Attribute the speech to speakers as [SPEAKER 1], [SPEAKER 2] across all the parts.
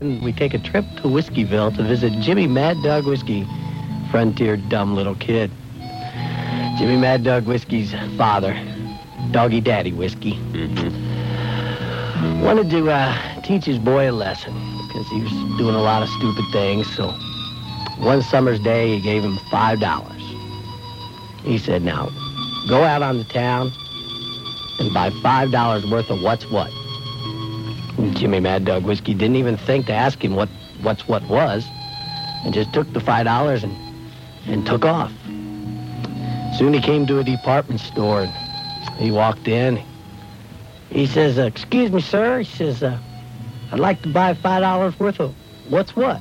[SPEAKER 1] We take a trip to Whiskeyville to visit Jimmy Mad Dog Whiskey, frontier dumb little kid. Jimmy Mad Dog Whiskey's father, Doggy Daddy Whiskey, wanted to uh, teach his boy a lesson because he was doing a lot of stupid things. So one summer's day, he gave him five dollars. He said, "Now, go out on the town and buy five dollars worth of what's what." Jimmy Mad Dog Whiskey didn't even think to ask him what what's what was, and just took the five dollars and and took off. Soon he came to a department store. And he walked in. He says, uh, "Excuse me, sir." He says, uh, "I'd like to buy five dollars worth of what's what."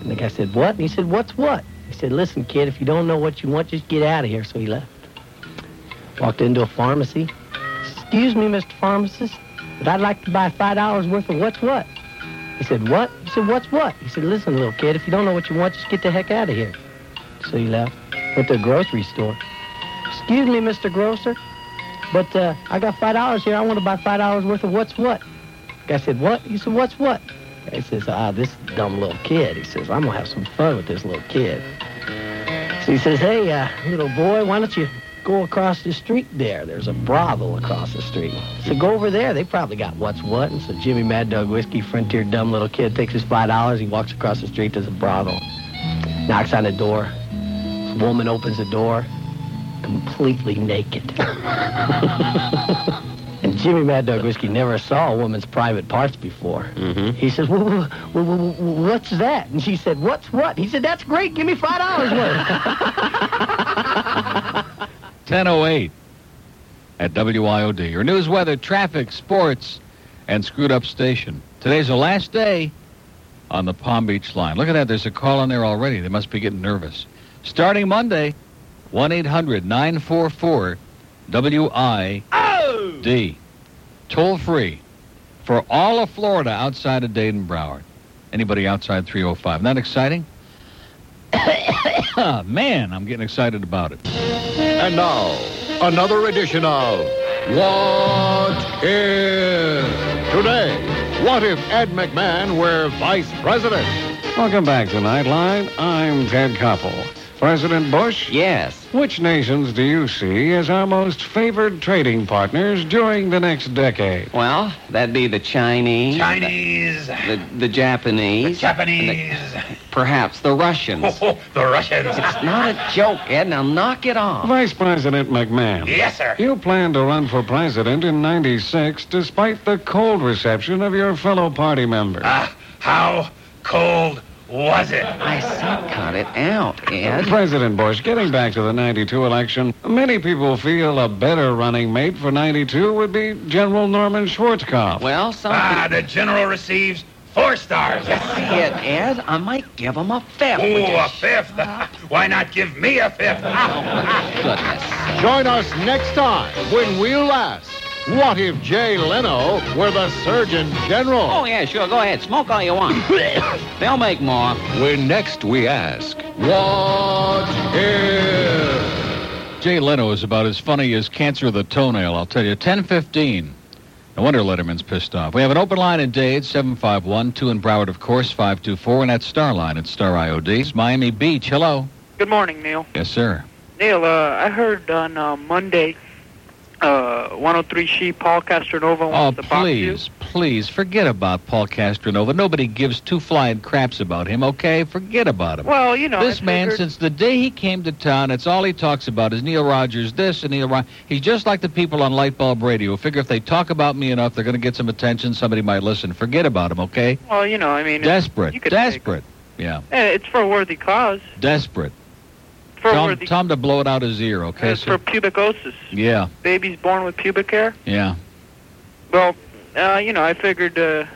[SPEAKER 1] And the guy said, "What?" And he said, "What's what?" He said, "Listen, kid, if you don't know what you want, just get out of here." So he left. Walked into a pharmacy. Excuse me, Mr. Pharmacist. But I'd like to buy five dollars worth of what's what. He said, What? He said, What's what? He said, Listen, little kid, if you don't know what you want, just get the heck out of here. So he left. Went to a grocery store. Excuse me, Mr. Grocer, but uh, I got five dollars here. I want to buy five dollars worth of what's what. Guy said, What? He said, What's what? He says, Ah, this dumb little kid. He says, I'm gonna have some fun with this little kid. So he says, Hey, uh, little boy, why don't you go across the street there? There's a brothel across the street. So go over there. They probably got what's what. And so Jimmy Mad Dog Whiskey, frontier dumb little kid, takes his five dollars. He walks across the street. There's a brothel. Knocks on the door. Woman opens the door, completely naked. and Jimmy Mad Dog Whiskey never saw a woman's private parts before. He says, "Wha- wha- wha- wha- wha- "What's that?" And she said, "What's what?" He said, "That's great. Give me five dollars worth."
[SPEAKER 2] 1008 at WIOD. Your news, weather, traffic, sports, and screwed up station. Today's the last day on the Palm Beach line. Look at that. There's a call in there already. They must be getting nervous. Starting Monday, 1 800 944 WIOD. Toll free for all of Florida outside of Dayton Broward. Anybody outside 305. Not exciting? Man, I'm getting excited about it.
[SPEAKER 3] And now, another edition of What If? Today, what if Ed McMahon were vice president?
[SPEAKER 4] Welcome back to Nightline. I'm Ted Koppel. President Bush?
[SPEAKER 5] Yes.
[SPEAKER 4] Which nations do you see as our most favored trading partners during the next decade?
[SPEAKER 5] Well, that'd be the Chinese.
[SPEAKER 6] Chinese,
[SPEAKER 5] The, the Japanese.
[SPEAKER 6] Japanese,
[SPEAKER 5] Perhaps the Russians.
[SPEAKER 6] oh, the Russians.
[SPEAKER 5] Not a joke, Ed. Now knock it off.
[SPEAKER 4] Vice President McMahon.
[SPEAKER 6] Yes, sir.
[SPEAKER 4] You plan to run for president in 96 despite the cold reception of your fellow party members.
[SPEAKER 6] Ah. How cold was it?
[SPEAKER 5] I said cut it out, Ed.
[SPEAKER 4] President Bush, getting back to the 92 election, many people feel a better running mate for 92 would be General Norman Schwarzkopf.
[SPEAKER 5] Well, something
[SPEAKER 6] Ah, the general receives four stars.
[SPEAKER 5] hit, Ed. I might give him a fifth.
[SPEAKER 6] Ooh,
[SPEAKER 5] which
[SPEAKER 6] a
[SPEAKER 5] is-
[SPEAKER 6] fifth. Why not give me a fifth?
[SPEAKER 5] Goodness.
[SPEAKER 3] Join us next time when we'll ask, what if Jay Leno were the Surgeon
[SPEAKER 5] Oh,
[SPEAKER 3] General?
[SPEAKER 5] yeah, sure. Go ahead. Smoke all you want. They'll make more.
[SPEAKER 3] When next we ask, what if?
[SPEAKER 2] Jay Leno is about as funny as cancer of the toenail, I'll tell you. 1015. No wonder Letterman's pissed off. We have an open line in Dade, 751, 2 in Broward, of course, 524, and at Starline at Star IOD. It's Miami Beach. Hello.
[SPEAKER 7] Good morning, Neil.
[SPEAKER 2] Yes, sir.
[SPEAKER 7] Neil, uh, I heard on uh, Monday, uh, 103 She, Paul Castronova
[SPEAKER 2] Oh,
[SPEAKER 7] wants to box you.
[SPEAKER 2] please, please forget about Paul Castronova. Nobody gives two flying craps about him, okay? Forget about him.
[SPEAKER 7] Well, you know,
[SPEAKER 2] this
[SPEAKER 7] I
[SPEAKER 2] man,
[SPEAKER 7] figured-
[SPEAKER 2] since the day he came to town, it's all he talks about is Neil Rogers this and Neil Rogers. He's just like the people on Lightbulb Radio. Figure if they talk about me enough, they're going to get some attention. Somebody might listen. Forget about him, okay?
[SPEAKER 7] well, you know, I mean, it's-
[SPEAKER 2] Desperate,
[SPEAKER 7] you could
[SPEAKER 2] desperate, yeah,
[SPEAKER 7] eh, it's for a worthy cause.
[SPEAKER 2] desperate.
[SPEAKER 7] For a
[SPEAKER 2] tell, him,
[SPEAKER 7] worthy,
[SPEAKER 2] tell him to blow it out his ear, okay?
[SPEAKER 7] it's for
[SPEAKER 2] sir?
[SPEAKER 7] pubicosis.
[SPEAKER 2] yeah,
[SPEAKER 7] Babies born with pubic hair.
[SPEAKER 2] yeah.
[SPEAKER 7] Well, uh, you know, I figured, uh,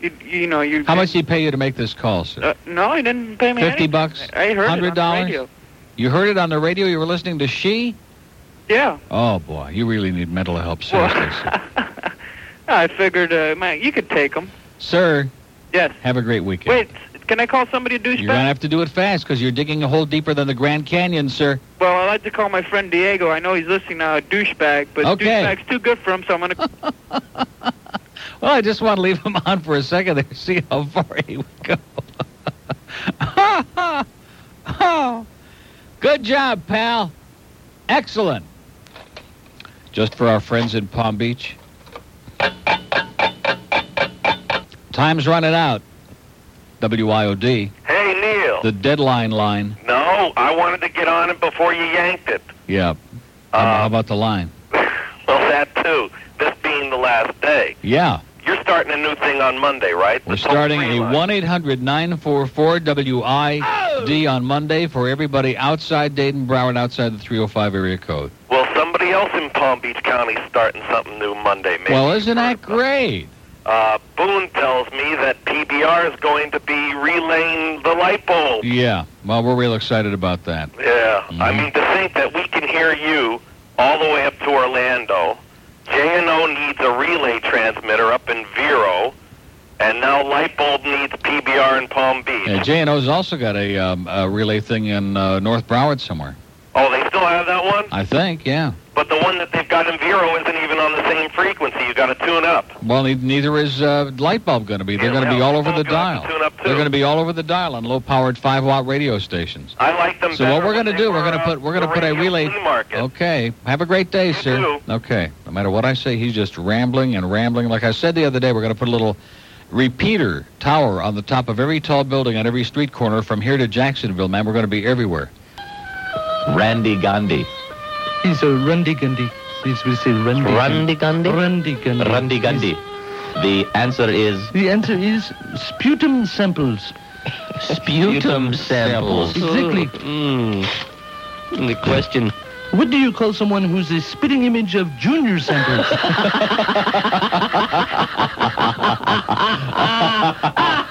[SPEAKER 7] you, you know, you.
[SPEAKER 2] How much did he pay you to make this call, sir?
[SPEAKER 7] Uh, no, he didn't pay me.
[SPEAKER 2] 50
[SPEAKER 7] anything.
[SPEAKER 2] bucks?
[SPEAKER 7] I heard it on the
[SPEAKER 2] $100?
[SPEAKER 7] radio.
[SPEAKER 2] you heard it on the radio. You were listening to She.
[SPEAKER 7] Yeah.
[SPEAKER 2] Oh boy, you really need mental help, seriously, sir.
[SPEAKER 7] Well, I figured, uh, man, you could take them.
[SPEAKER 2] sir.
[SPEAKER 7] Yes.
[SPEAKER 2] Have a great weekend.
[SPEAKER 7] Wait, can I call somebody a douchebag?
[SPEAKER 2] You're gonna have to do it fast because you're digging a hole deeper than the Grand Canyon, sir.
[SPEAKER 7] Well, I'd like to call my friend Diego. I know he's listening now, a douchebag, but
[SPEAKER 2] Okay.
[SPEAKER 7] douchebag's too good for him, so I'm going to
[SPEAKER 2] Well, Oh, I just want to leave him on for a second there, see how far he would go. oh, good job, pal. Excellent. Just for our friends in Palm Beach. Time's running out. WIOD,
[SPEAKER 8] Hey, Neil.
[SPEAKER 2] the deadline line.
[SPEAKER 8] No, I wanted to get on it before you yanked it.
[SPEAKER 2] Yeah. How,
[SPEAKER 8] Uh,
[SPEAKER 2] how about the line?
[SPEAKER 8] Well, that too. This being the last day.
[SPEAKER 2] Yeah.
[SPEAKER 8] You're starting a new thing on Monday, right?
[SPEAKER 2] We're
[SPEAKER 8] The toll
[SPEAKER 2] starting
[SPEAKER 8] free
[SPEAKER 2] a
[SPEAKER 8] line.
[SPEAKER 2] 1 800 944 WID on Monday for everybody outside Dayton, Broward, outside the 305 area code.
[SPEAKER 8] Well, somebody else in Palm Beach County starting something new Monday, maybe.
[SPEAKER 2] Well, isn't that great?
[SPEAKER 8] Uh, Boone tells me that PBR is going to be relaying the light bulb.
[SPEAKER 2] Yeah. Well, we're real excited about that.
[SPEAKER 8] Yeah, I
[SPEAKER 2] Mhm.
[SPEAKER 8] mean to think that we can hear you all the way up to Orlando. J and O needs a relay transmitter up in Vero, and now Lightbulb needs PBR in Palm Beach.
[SPEAKER 2] Yeah, J&O's also got a, um, a relay thing in uh, North Broward somewhere.
[SPEAKER 8] Oh, they still have that one,
[SPEAKER 2] I think, yeah.
[SPEAKER 8] but the one that they've got in Vero isn't even on the same frequency. You got to tune up.
[SPEAKER 2] Well, ne- neither is uh, Lightbulb going to be. They're
[SPEAKER 8] Yeah,
[SPEAKER 2] going to be
[SPEAKER 8] well,
[SPEAKER 2] all over the
[SPEAKER 8] Lightbulb gonna have to
[SPEAKER 2] dial.
[SPEAKER 8] tune up, too.
[SPEAKER 2] They're going to be all over the dial on low-powered 5-watt radio stations.
[SPEAKER 8] I like them.
[SPEAKER 2] So what
[SPEAKER 8] better
[SPEAKER 2] we're
[SPEAKER 8] when
[SPEAKER 2] gonna
[SPEAKER 8] they
[SPEAKER 2] do, we're gonna
[SPEAKER 8] out
[SPEAKER 2] put- we're gonna
[SPEAKER 8] the
[SPEAKER 2] put a
[SPEAKER 8] radio
[SPEAKER 2] relay-
[SPEAKER 8] flea market.
[SPEAKER 2] Okay. Have a great day,
[SPEAKER 8] You
[SPEAKER 2] sir.
[SPEAKER 8] too.
[SPEAKER 2] Okay. No matter what I say, he's just rambling and rambling. Like I said the other day, we're going to put a little repeater tower on the top of every tall building on every street corner from here to Jacksonville, man. We're going to be everywhere.
[SPEAKER 3] Randy Gandhi.
[SPEAKER 9] He's a Randy Gundy. Please, we say Randy.
[SPEAKER 3] Randy Gandhi?
[SPEAKER 9] Gundy. Randy Gundy.
[SPEAKER 3] Randy Gandhi. The answer is
[SPEAKER 9] The answer is sputum samples.
[SPEAKER 3] sputum samples.
[SPEAKER 9] Exactly.
[SPEAKER 3] Mm. The question.
[SPEAKER 9] What do you call someone who's a spitting image of junior samples?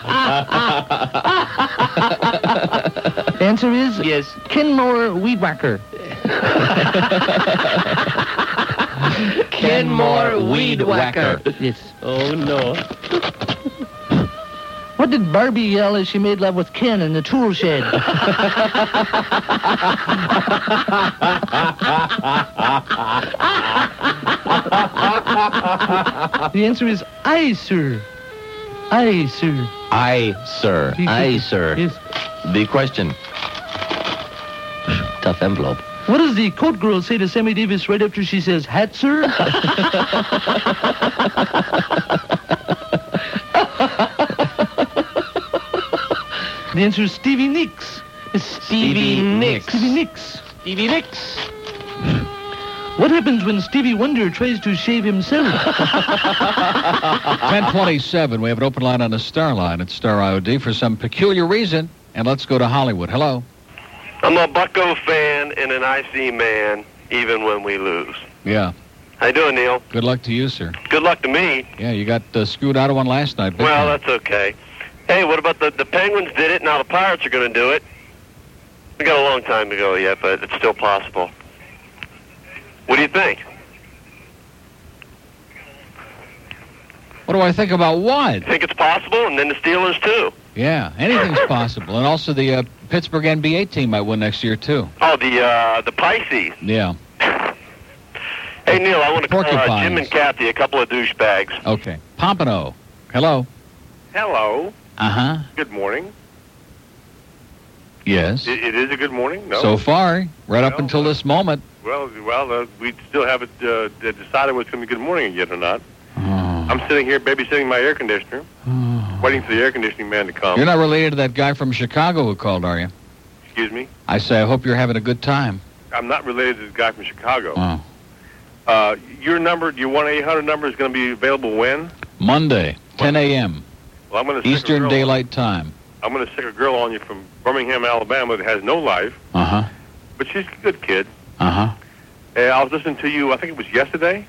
[SPEAKER 9] answer is
[SPEAKER 3] Yes.
[SPEAKER 9] Kenmore Weed Whacker.
[SPEAKER 3] Kenmore Weed Whacker.
[SPEAKER 9] Yes.
[SPEAKER 3] Oh, no.
[SPEAKER 9] What did Barbie yell as she made love with Ken in the tool shed? the answer is I, sir. I, sir.
[SPEAKER 3] Aye, sir. Aye, sir.
[SPEAKER 9] Yes.
[SPEAKER 3] The question. Tough envelope.
[SPEAKER 9] What does the coat girl say to Sammy Davis right after she says, hat, sir? the answer is Stevie Nicks.
[SPEAKER 3] Stevie Nicks.
[SPEAKER 9] Stevie Nicks.
[SPEAKER 3] Stevie Nicks.
[SPEAKER 9] What happens when Stevie Wonder tries to shave himself?
[SPEAKER 2] 1027, we have an open line on the star line at star IOD for some peculiar reason. And let's go to Hollywood. Hello.
[SPEAKER 8] I'm a Bucko fan and an IC man, even when we lose.
[SPEAKER 2] Yeah.
[SPEAKER 8] How you doing, Neil?
[SPEAKER 2] Good luck to you, sir.
[SPEAKER 8] Good luck to me.
[SPEAKER 2] Yeah, you got uh, screwed out of one last night. big
[SPEAKER 8] Well,
[SPEAKER 2] time.
[SPEAKER 8] that's okay. Hey, what about the the Penguins did it? Now the Pirates are going to do it. We got a long time to go yet, but it's still possible. What do you think?
[SPEAKER 2] what do I think about what?
[SPEAKER 8] Think it's possible, and then the Steelers too.
[SPEAKER 2] Yeah, anything's possible. And also the uh, Pittsburgh NBA team might win next year, too.
[SPEAKER 8] Oh, the uh, the Pisces.
[SPEAKER 2] Yeah.
[SPEAKER 8] Hey, Neil, I want to call uh,
[SPEAKER 2] Porcupines.
[SPEAKER 8] Jim and Kathy a couple of douchebags.
[SPEAKER 2] Okay. Pompano. Hello.
[SPEAKER 8] Hello.
[SPEAKER 2] Uh huh.
[SPEAKER 8] Good morning.
[SPEAKER 2] Yes.
[SPEAKER 8] it is a good morning.
[SPEAKER 2] So far, right up
[SPEAKER 8] No.
[SPEAKER 2] until this moment.
[SPEAKER 8] Well, well, uh, we still haven't uh, d- decided what's going to be good morning yet or not.
[SPEAKER 2] Oh.
[SPEAKER 8] I'm sitting here babysitting my air conditioner,
[SPEAKER 10] Oh.
[SPEAKER 8] waiting for the air conditioning man to come.
[SPEAKER 2] You're not related to that guy from Chicago who called, are you?
[SPEAKER 8] Excuse me.
[SPEAKER 2] I say, I hope you're having a good time.
[SPEAKER 8] I'm not related to the guy from Chicago.
[SPEAKER 2] Oh.
[SPEAKER 8] Uh, your number, your one eight hundred number, is going to be available when?
[SPEAKER 2] Monday, 10 a.m.,
[SPEAKER 8] Well, I'm going to stick a
[SPEAKER 2] Eastern
[SPEAKER 8] girl,
[SPEAKER 2] Daylight Time.
[SPEAKER 8] I'm going to stick a girl on you from Birmingham, Alabama, that has no life,
[SPEAKER 2] Uh huh.
[SPEAKER 8] but she's a good kid.
[SPEAKER 2] Uh huh.
[SPEAKER 8] Uh, I was listening to you. I think it was yesterday.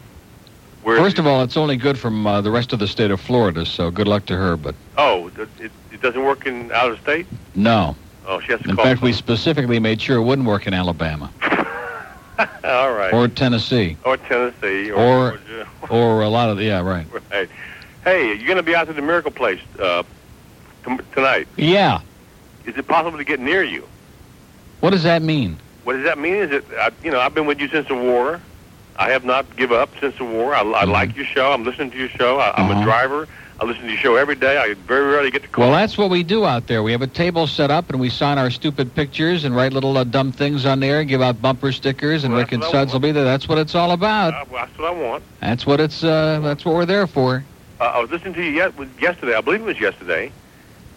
[SPEAKER 8] Where
[SPEAKER 2] First of all, it's only good from uh, the rest of the state of Florida, so good luck to her, but
[SPEAKER 8] oh, it, it, it doesn't work in out of state.
[SPEAKER 2] no.
[SPEAKER 8] Oh, she has to
[SPEAKER 2] In
[SPEAKER 8] call.
[SPEAKER 2] fact, we specifically made sure it wouldn't work in Alabama
[SPEAKER 8] all right.
[SPEAKER 2] or Tennessee
[SPEAKER 8] or Tennessee or,
[SPEAKER 2] Or-
[SPEAKER 8] Georgia.
[SPEAKER 2] or a lot of the, yeah, right.
[SPEAKER 8] Right. Hey, you're going to be out to the Miracle Place uh, tom tonight.
[SPEAKER 2] Yeah.
[SPEAKER 8] Is it possible to get near you?
[SPEAKER 2] What does that mean?
[SPEAKER 8] What does that mean? Is it I, you know I've been with you since the war.
[SPEAKER 10] I have not given up since the war. I, I
[SPEAKER 2] Mm-hmm.
[SPEAKER 10] like your show. I'm listening to your show. I, I'm
[SPEAKER 2] Uh-huh.
[SPEAKER 10] a driver. I listen to your show every day. I very rarely get to
[SPEAKER 2] Well, that's what we do out there. We have a table set up, and we sign our stupid pictures and write little uh, dumb things on there, and give out bumper stickers, and Rick and Suds will be there. That's what it's all about.
[SPEAKER 10] Well, that's what I want.
[SPEAKER 2] That's what it's. Uh, that's what we're there for.
[SPEAKER 10] Uh, I was listening to you yet, yesterday. I believe it was yesterday,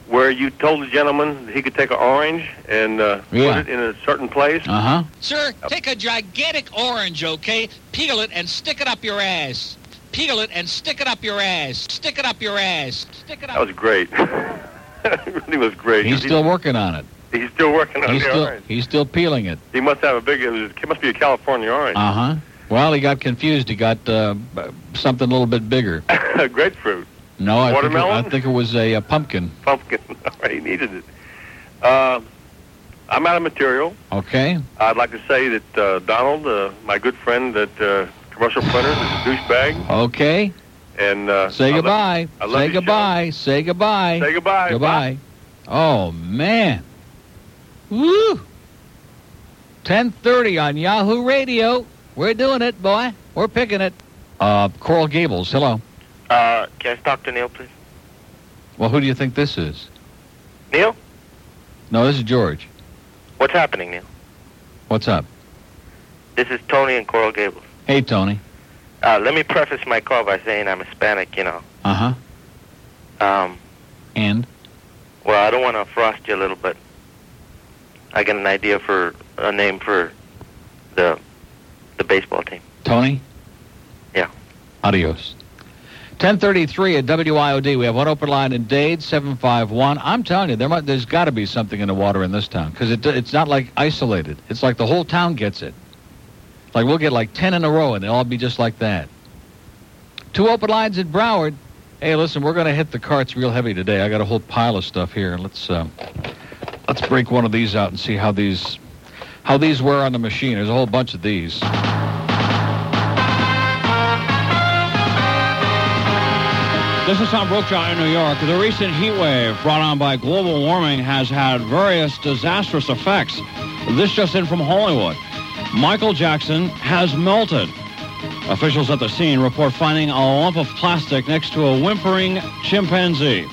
[SPEAKER 10] where you told the gentleman that he could take an orange and uh,
[SPEAKER 2] Yeah.
[SPEAKER 10] put it in a certain place.
[SPEAKER 2] Uh huh.
[SPEAKER 11] Sir, take a gigantic orange, okay? Peel it and stick it up your ass. Peel it and stick it up your ass. Stick it up your ass. Stick it up.
[SPEAKER 10] That was great. it really was great.
[SPEAKER 2] He's still working on it.
[SPEAKER 10] He's, he's still working on
[SPEAKER 2] He's
[SPEAKER 10] the
[SPEAKER 2] still
[SPEAKER 10] orange.
[SPEAKER 2] he's still peeling it.
[SPEAKER 10] He must have a big. It, was, it must be a California orange.
[SPEAKER 2] Uh huh. Well, he got confused. He got uh, b- something a little bit bigger.
[SPEAKER 10] Grapefruit,
[SPEAKER 2] No, I think it, I
[SPEAKER 10] Watermelon?
[SPEAKER 2] think it was a, uh pumpkin.
[SPEAKER 10] pumpkin. he needed it. Uh, I'm out of material.
[SPEAKER 2] Okay.
[SPEAKER 10] I'd like to say that uh, Donald, uh, my good friend at uh, Commercial Printers, is a douchebag.
[SPEAKER 2] Okay.
[SPEAKER 10] And uh,
[SPEAKER 2] Say
[SPEAKER 10] I love-
[SPEAKER 2] goodbye.
[SPEAKER 10] I love
[SPEAKER 2] Say
[SPEAKER 10] your show.
[SPEAKER 2] goodbye. Say goodbye.
[SPEAKER 10] Say goodbye.
[SPEAKER 2] Goodbye. Oh man. Woo. 10:30 on Yahoo Radio. We're doing it, boy. We're picking it. Uh, Coral Gables. Hello.
[SPEAKER 12] Uh, can I talk to Neil, please?
[SPEAKER 2] Well, who do you think this is?
[SPEAKER 12] Neil,
[SPEAKER 2] No, this is George.
[SPEAKER 12] what's happening, Neil?
[SPEAKER 2] What's up?
[SPEAKER 12] This is Tony in Coral Gables.
[SPEAKER 2] Hey, Tony.
[SPEAKER 12] Uh, let me preface my call by saying I'm Hispanic, you know.
[SPEAKER 2] Uh huh.
[SPEAKER 12] Um,
[SPEAKER 2] And
[SPEAKER 12] well, I don't want to frost you a little, but I got an idea for a name for the the baseball team.
[SPEAKER 2] Tony.
[SPEAKER 12] Yeah.
[SPEAKER 2] Adios. 10:33 at WIOD. We have one open line in Dade, 751. I'm telling you, there might, there's got to be something in the water in this town because it, it's not like isolated. It's like the whole town gets it. Like we'll get like 10 in a row, and they'll all be just like that. Two open lines at Broward. Hey, listen, we're going to hit the carts real heavy today. I got a whole pile of stuff here. Let's uh, let's break one of these out and see how these how these were on the machine. There's a whole bunch of these.
[SPEAKER 13] This is Tom Brokaw in New York. The recent heat wave brought on by global warming has had various disastrous effects. This just in from Hollywood. Michael Jackson has melted. Officials at the scene report finding a lump of plastic next to a whimpering chimpanzee.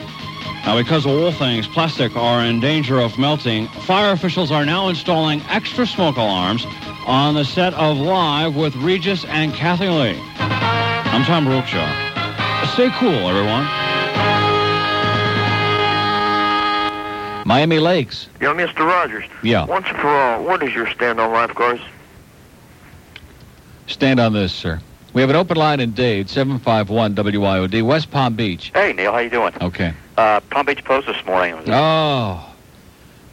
[SPEAKER 13] Now, because of all things, plastic are in danger of melting. Fire officials are now installing extra smoke alarms on the set of Live with Regis and Kathy Lee. I'm Tom Brokaw. Stay cool, everyone.
[SPEAKER 2] Miami Lakes.
[SPEAKER 8] You know, Mr. Rogers.
[SPEAKER 2] Yeah.
[SPEAKER 8] Once and for all, what is your stand on lifeguards?
[SPEAKER 2] Stand on this, sir. We have an open line in Dade, 751 WIOD, West Palm Beach.
[SPEAKER 7] Hey, Neil, how you doing?
[SPEAKER 2] Okay.
[SPEAKER 7] Uh, Palm Beach Post this morning.
[SPEAKER 2] Oh,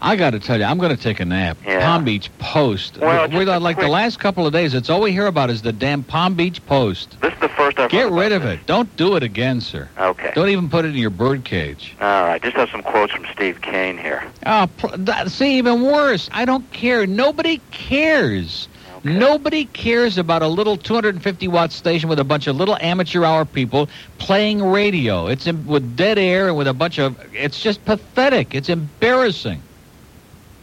[SPEAKER 2] I got to tell you, I'm going to take a nap.
[SPEAKER 7] Yeah.
[SPEAKER 2] Palm Beach Post.
[SPEAKER 7] Well,
[SPEAKER 2] we, we- like the last couple of days, it's all we hear about is the damn Palm Beach Post.
[SPEAKER 7] This is the first I've
[SPEAKER 2] Get rid of it. Don't do it again, sir.
[SPEAKER 7] Okay.
[SPEAKER 2] Don't even put it in your birdcage.
[SPEAKER 7] All right, just have some quotes from Steve Kane here.
[SPEAKER 2] Oh, pl- that, see, even worse. I don't care. Nobody cares. Nobody cares about a little 250 watt station with a bunch of little amateur hour people playing radio. It's in, with dead air and with a bunch of. It's just pathetic. It's embarrassing.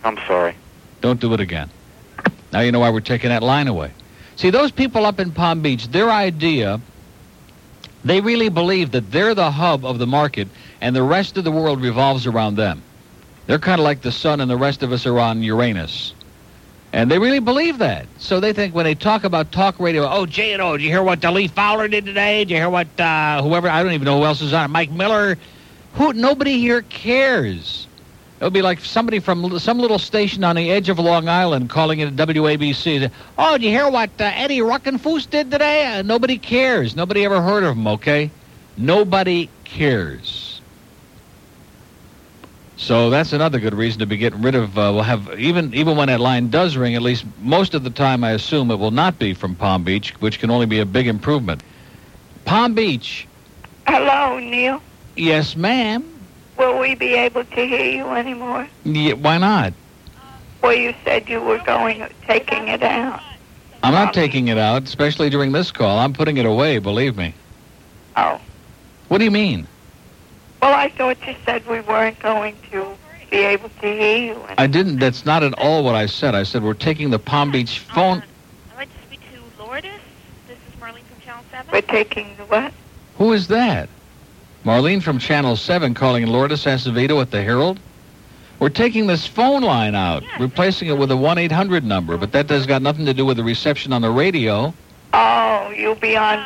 [SPEAKER 7] I'm sorry.
[SPEAKER 2] Don't do it again. Now you know why we're taking that line away. See, those people up in Palm Beach, their idea, they really believe that they're the hub of the market and the rest of the world revolves around them. They're kind of like the sun and the rest of us are on Uranus. And they really believe that. So they think when they talk about talk radio, oh, J&O, did you hear what Lee Fowler did today? Did you hear what uh, whoever, I don't even know who else is on it, Mike Miller? Who, nobody here cares. It would be like somebody from l- some little station on the edge of Long Island calling it WABC. Oh, did you hear what uh, Eddie Ruckenfoos did today? Uh, nobody cares. Nobody ever heard of him, okay? Nobody cares. So that's another good reason to be getting rid of. Uh, we'll have even even when that line does ring, at least most of the time, I assume it will not be from Palm Beach, which can only be a big improvement. Palm Beach,
[SPEAKER 14] Hello, Neil.
[SPEAKER 2] yes, ma'am.
[SPEAKER 14] Will we be able to hear you anymore?
[SPEAKER 2] Yeah, why not?
[SPEAKER 14] Well, you said you were going taking it out.
[SPEAKER 2] I'm not taking it out, especially during this call. I'm putting it away, believe me.
[SPEAKER 14] Oh.
[SPEAKER 2] What do you mean?
[SPEAKER 14] Well, I thought you said we weren't going to be able to hear you.
[SPEAKER 2] I didn't. That's not at all what I said. I said we're taking the Palm Beach phone.
[SPEAKER 15] I like to speak to Lourdes.
[SPEAKER 16] We're taking the what?
[SPEAKER 2] Who is that? Marlene from Channel 7 calling Lourdes Acevedo at the Herald? We're taking this phone line out, replacing it with a 1 800 number, but that has got nothing to do with the reception on the radio.
[SPEAKER 16] Oh, you'll be on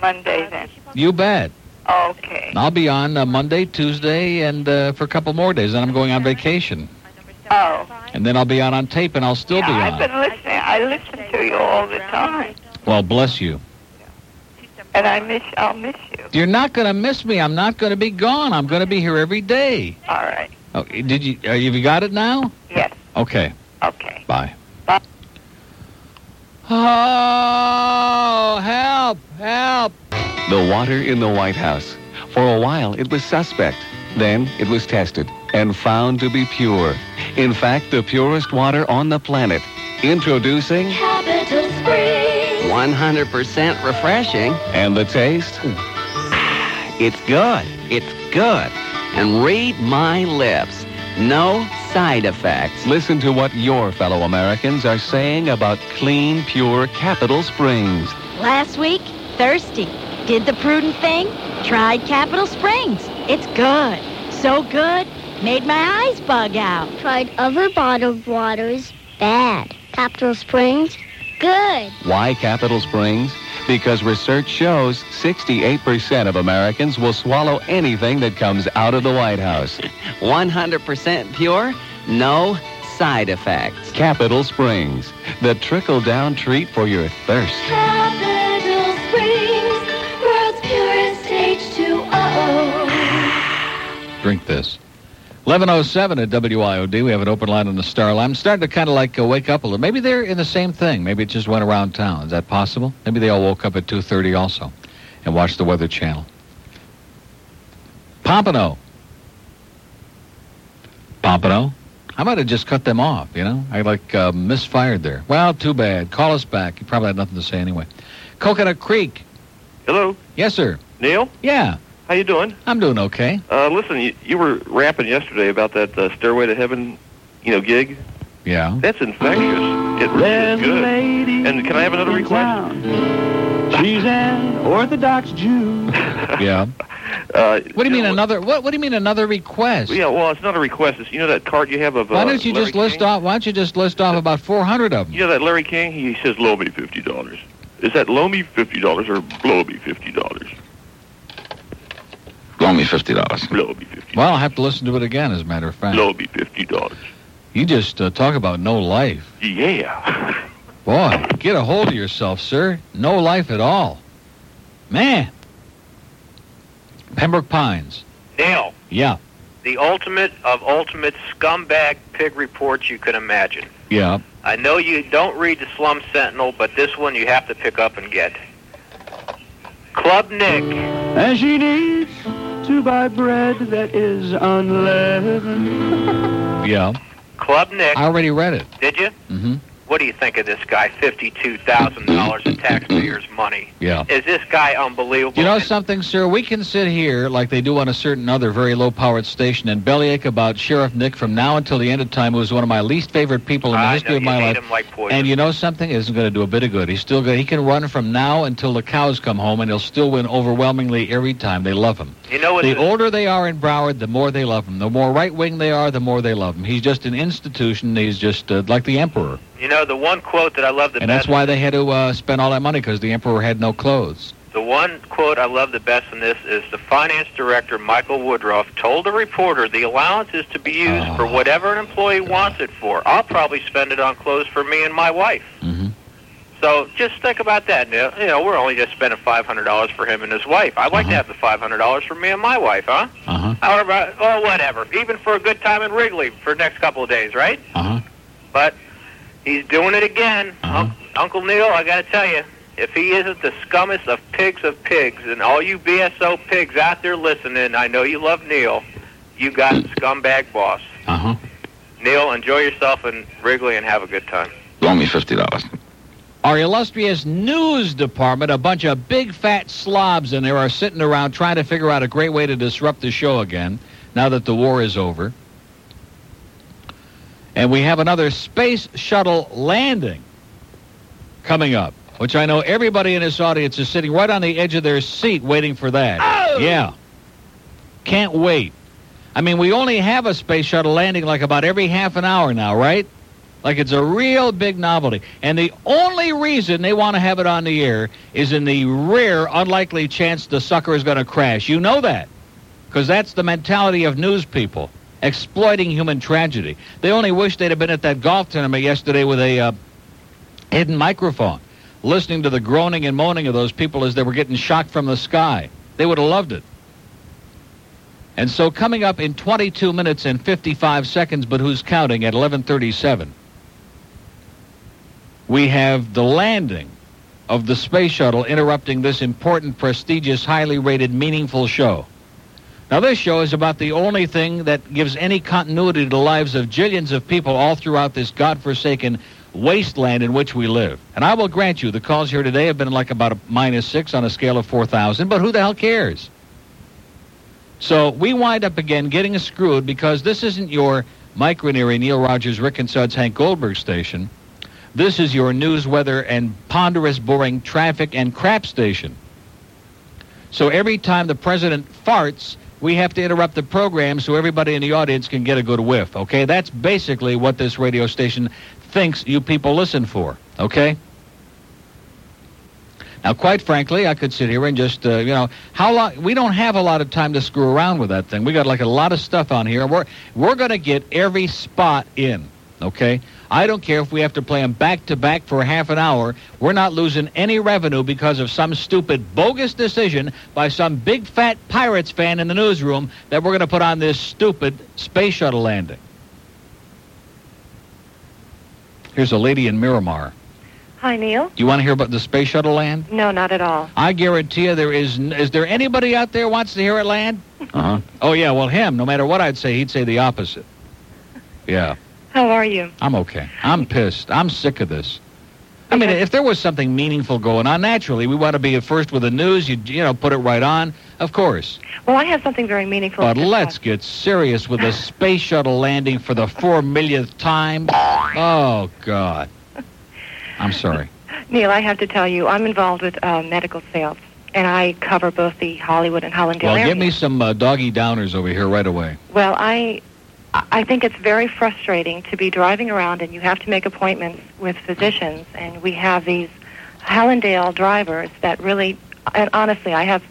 [SPEAKER 16] Monday then.
[SPEAKER 2] You bet.
[SPEAKER 16] Okay.
[SPEAKER 2] I'll be on uh, Monday, Tuesday, and uh, for a couple more days. Then I'm going on vacation.
[SPEAKER 16] Oh,
[SPEAKER 2] And then I'll be on on tape, and I'll still be
[SPEAKER 16] yeah, I've
[SPEAKER 2] on.
[SPEAKER 16] been listening. I listen to you all the time,
[SPEAKER 2] Well, bless you.
[SPEAKER 16] and I miss. I'll miss you.
[SPEAKER 2] You're not going to miss me. I'm not going to be gone. I'm going to be here every day.
[SPEAKER 16] All right.
[SPEAKER 2] Oh, did you? Uh, have you got it now?
[SPEAKER 16] Yes.
[SPEAKER 2] Okay.
[SPEAKER 16] Okay.
[SPEAKER 2] Bye.
[SPEAKER 16] Bye.
[SPEAKER 2] Oh, help! Help!
[SPEAKER 5] The water in the White House. For a while, it was suspect. Then it was tested and found to be pure. In fact, the purest water on the planet. Introducing
[SPEAKER 17] 100% refreshing. Ah,
[SPEAKER 5] And the taste?
[SPEAKER 17] It's good. It's good. And read my lips. No side effects.
[SPEAKER 5] Listen to what your fellow Americans are saying about clean, pure Capital Springs.
[SPEAKER 18] Last week, thirsty. Did the prudent thing. Tried Capital Springs. It's good. So good, made my eyes bug out.
[SPEAKER 19] Tried other bottled waters. Bad. Capital Springs. Good.
[SPEAKER 5] Why Capital Springs? Because research shows 68% of Americans will swallow anything that comes out of the White House.
[SPEAKER 17] 100% pure. No side effects.
[SPEAKER 5] Capital Springs, the trickle down treat for your thirst.
[SPEAKER 6] Capital Springs, world's purest oh. H2O.
[SPEAKER 2] Drink this. 1107 at WIOD. We have an open line on the star line. I'm starting to kind of like uh, wake up a little. Maybe they're in the same thing. Maybe it just went around town. Is that possible? Maybe they all woke up at 2.30 also and watched the Weather Channel. Pompano. Pompano? I might have just cut them off, you know? I like uh, misfired there. Well, too bad. Call us back. You probably had nothing to say anyway. Coconut Creek.
[SPEAKER 10] Hello,
[SPEAKER 2] Yes, sir.
[SPEAKER 10] Neil.
[SPEAKER 2] Yeah.
[SPEAKER 10] How you doing?
[SPEAKER 2] I'm doing okay.
[SPEAKER 10] Uh, listen, you, you were rapping yesterday about that uh, Stairway to Heaven, you know, gig.
[SPEAKER 2] Yeah.
[SPEAKER 10] That's infectious. It really is good. And can I have another request?
[SPEAKER 9] She's an Orthodox Jew.
[SPEAKER 2] Yeah.
[SPEAKER 10] Uh,
[SPEAKER 2] What do you mean another? What What do you mean another request?
[SPEAKER 10] yeah, well, it's not a request. It's you know that card you have of.
[SPEAKER 2] Why
[SPEAKER 10] uh,
[SPEAKER 2] don't you
[SPEAKER 10] Larry
[SPEAKER 2] just list off? Why don't you just list off about 400 of them?
[SPEAKER 10] You know that Larry King? He says, "Loan me fifty dollars." Is that loan me fifty dollars or blow me fifty dollars?
[SPEAKER 20] Loan me fifty dollars.
[SPEAKER 10] Blow me fifty.
[SPEAKER 2] Well, I'll have to listen to it again. As a matter of fact,
[SPEAKER 10] Blow me fifty dollars.
[SPEAKER 2] you just uh, talk about no life,
[SPEAKER 10] Yeah.
[SPEAKER 2] boy. Get a hold of yourself, sir. No life at all, man. Pembroke Pines.
[SPEAKER 21] Neil,
[SPEAKER 2] Yeah,
[SPEAKER 21] the ultimate of ultimate scumbag pig reports you can imagine.
[SPEAKER 2] yeah.
[SPEAKER 21] I know you don't read the Slum Sentinel, but this one you have to pick up and get. Club Nick.
[SPEAKER 9] And she needs to buy bread that is
[SPEAKER 2] Uh-huh.
[SPEAKER 9] unleavened.
[SPEAKER 2] Yeah.
[SPEAKER 21] Club Nick.
[SPEAKER 2] I already read it.
[SPEAKER 21] Did you?
[SPEAKER 2] Mm-hmm.
[SPEAKER 21] What do you think of this guy? Fifty-two thousand dollars of taxpayers' money.
[SPEAKER 2] Yeah.
[SPEAKER 21] Is this guy unbelievable?
[SPEAKER 2] You know something, sir? We can sit here like they do on a certain other very low-powered station and bellyache about Sheriff Nick from now until the end of time, who is one of my least favorite people in the
[SPEAKER 21] I
[SPEAKER 2] history
[SPEAKER 21] know,
[SPEAKER 2] of
[SPEAKER 21] you
[SPEAKER 2] my
[SPEAKER 21] hate
[SPEAKER 2] life.
[SPEAKER 21] him like poison.
[SPEAKER 2] and you know something? Isn't going to do a bit of good. He's still good. He can run from now until the cows come home, and he'll still win overwhelmingly every time. They love him.
[SPEAKER 21] You know what
[SPEAKER 2] The
[SPEAKER 21] the-
[SPEAKER 2] older they are in Broward, the more they love him. The more right-wing they are, the more they love him. He's just an institution. He's just uh, like the emperor,
[SPEAKER 21] You know the one quote that I love the
[SPEAKER 2] and
[SPEAKER 21] best.
[SPEAKER 2] that's why they had to uh, spend all that money because the emperor had no clothes.
[SPEAKER 21] The one quote I love the best in this is the finance director, Michael Woodruff, told a reporter the allowance is to be used
[SPEAKER 2] Oh.
[SPEAKER 21] for whatever an employee wants it for. I'll probably spend it on clothes for me and my wife.
[SPEAKER 2] Mm-hmm.
[SPEAKER 21] So just think about that. Now, You know, we're only just spending $500 for him and his wife. I'd like to have the $500 for me and my wife, huh?
[SPEAKER 2] Uh-huh.
[SPEAKER 21] However, I- or whatever. Even for a good time in Wrigley for the next couple of days, right?
[SPEAKER 2] Uh-huh.
[SPEAKER 21] But he's doing it again. Unc- Uncle Neil, I got to tell you, if he isn't the scummest of pigs of pigs, and all you BSO pigs out there listening, I know you love Neil. You got the scumbag boss.
[SPEAKER 2] Uh-huh.
[SPEAKER 21] Neil, enjoy yourself in Wrigley and have a good time.
[SPEAKER 20] Loan me fifty dollars.
[SPEAKER 2] our illustrious news department, a bunch of big fat slobs in there are sitting around trying to figure out a great way to disrupt the show again now that the war is over. And we have another space shuttle landing coming up. which I know everybody in this audience is sitting right on the edge of their seat waiting for that. Yeah. Can't wait. I mean, we only have a space shuttle landing like about every half an hour now, right? Like it's a real big novelty. And the only reason they want to have it on the air is in the rare, unlikely chance the sucker is going to crash. You know that. Because that's the mentality of news people, exploiting human tragedy. They only wish they'd have been at that golf tournament yesterday with a uh, hidden microphone, listening to the groaning and moaning of those people as they were getting shocked from the sky. They would have loved it. And so coming up in 22 minutes and 55 seconds, but who's counting at 11:37, we have the landing of the space shuttle interrupting this important, prestigious, highly rated, meaningful show. Now this show is about the only thing that gives any continuity to the lives of jillions of people all throughout this godforsaken wasteland in which we live. And I will grant you, the calls here today have been like about a minus six on a scale of 4,000, but who the hell cares? So we wind up again getting screwed because this isn't your Mike Raniere, Neil Rogers, Rick and Suds, Hank Goldberg station. This is your news, weather, and ponderous, boring traffic and crap station. So every time the president farts, we have to interrupt the program so everybody in the audience can get a good whiff, okay? That's basically what this radio station thinks you people listen for, okay? Now, quite frankly, I could sit here and just, uh, you know, how long? We don't have a lot of time to screw around with that thing. We got like a lot of stuff on here, and we're we're going to get every spot in. Okay, I don't care if we have to play them back to back for half an hour. We're not losing any revenue because of some stupid bogus decision by some big fat pirates fan in the newsroom that we're going to put on this stupid space shuttle landing. Here's a lady in Miramar.
[SPEAKER 22] Hi, Neil.
[SPEAKER 2] Do you want to hear about the space shuttle land?
[SPEAKER 22] No, not at all.
[SPEAKER 2] I guarantee you there is. N- is there anybody out there wants to hear it land? Uh huh. Oh yeah. Well, him. No matter what I'd say, he'd say the opposite. Yeah.
[SPEAKER 22] How are you?
[SPEAKER 2] I'm okay. I'm pissed. I'm sick of this. I mean, if there was something meaningful going on, naturally we want to be at first with the news. You you know, put it right on, of course.
[SPEAKER 22] Well, I have something very meaningful.
[SPEAKER 2] But
[SPEAKER 22] to discuss.
[SPEAKER 2] let's get serious with the space shuttle landing for the four millionth time. Oh God. I'm sorry.
[SPEAKER 22] Neil, I have to tell you, I'm involved with uh, medical sales, and I cover both the Hollywood and Hollandale
[SPEAKER 2] Well,
[SPEAKER 22] area.
[SPEAKER 2] give me some uh, doggy downers over here right away.
[SPEAKER 22] Well, I I think it's very frustrating to be driving around and you have to make appointments with physicians and we have these Hallandale drivers that really and honestly, I have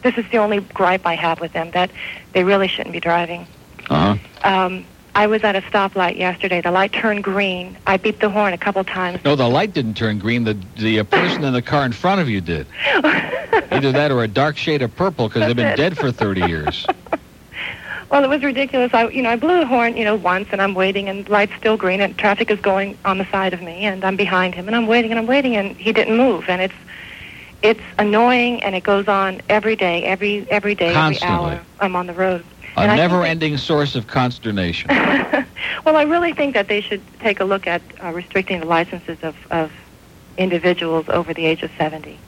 [SPEAKER 22] this is the only gripe I have with them that they really shouldn't be driving.
[SPEAKER 2] Uh huh.
[SPEAKER 22] Um I was at a stoplight yesterday. The light turned green. I beat the horn a couple times.
[SPEAKER 2] No, the light didn't turn green. The the uh, person in the car in front of you did. Either that or a dark shade of purple because they've been
[SPEAKER 22] That's it.
[SPEAKER 2] dead for 30 years.
[SPEAKER 22] Well, it was ridiculous. I, you know, I blew the horn, you know, once, and I'm waiting, and light's still green, and traffic is going on the side of me, and I'm behind him, and I'm waiting, and I'm waiting, and he didn't move, and it's, it's annoying, and it goes on every day, every every day,
[SPEAKER 2] Constantly.
[SPEAKER 22] every hour. I'm on the road. And
[SPEAKER 2] A
[SPEAKER 22] I think
[SPEAKER 2] never-ending source of consternation.
[SPEAKER 22] Well, I really think that they should take a look at uh, restricting the licenses of of individuals over the age of 70.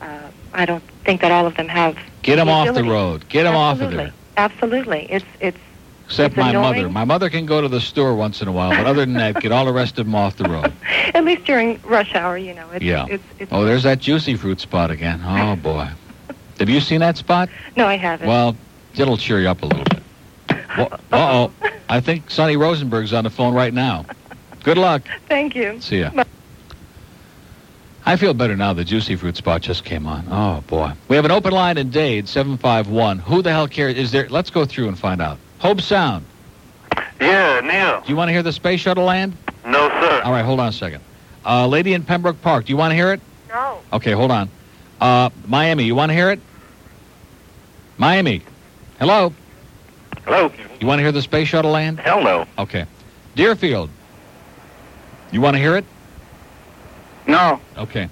[SPEAKER 22] Uh, I don't think that all of them have.
[SPEAKER 2] Get them off the
[SPEAKER 22] ability.
[SPEAKER 2] road. Get them off of
[SPEAKER 22] Absolutely.
[SPEAKER 2] there.
[SPEAKER 22] Absolutely, it's it's
[SPEAKER 2] Except
[SPEAKER 22] It's
[SPEAKER 2] my
[SPEAKER 22] annoying.
[SPEAKER 2] mother. My mother can go to the store once in a while, but other than that, get all the rest of them off the road.
[SPEAKER 22] at least during rush hour, you know. It's,
[SPEAKER 2] Yeah.
[SPEAKER 22] It's, it's,
[SPEAKER 2] Oh, there's that juicy fruit spot again. Oh boy. Have you seen that spot?
[SPEAKER 22] no, I haven't.
[SPEAKER 2] Well, it'll cheer you up a little bit. Uh oh. I think Sonny Rosenberg's on the phone right now. Good luck.
[SPEAKER 22] Thank you.
[SPEAKER 2] See ya.
[SPEAKER 22] Bye.
[SPEAKER 2] I feel better now. The juicy fruit spot just came on. Oh boy, we have an open line in Dade, seven five one. Who the hell cares? Is there? Let's go through and find out. Hope Sound.
[SPEAKER 5] Yeah, Neil.
[SPEAKER 2] Do you want to hear the space shuttle land?
[SPEAKER 5] No, sir.
[SPEAKER 2] All right, hold on a second. Uh, lady in Pembroke Park. Do you want to hear it?
[SPEAKER 22] No.
[SPEAKER 2] Okay, hold on. Uh, Miami. You want to hear it? Miami. Hello.
[SPEAKER 5] Hello.
[SPEAKER 2] You want to hear the space shuttle land?
[SPEAKER 5] Hell no.
[SPEAKER 2] Okay. Deerfield. You want to hear it?
[SPEAKER 7] No.
[SPEAKER 2] Okay.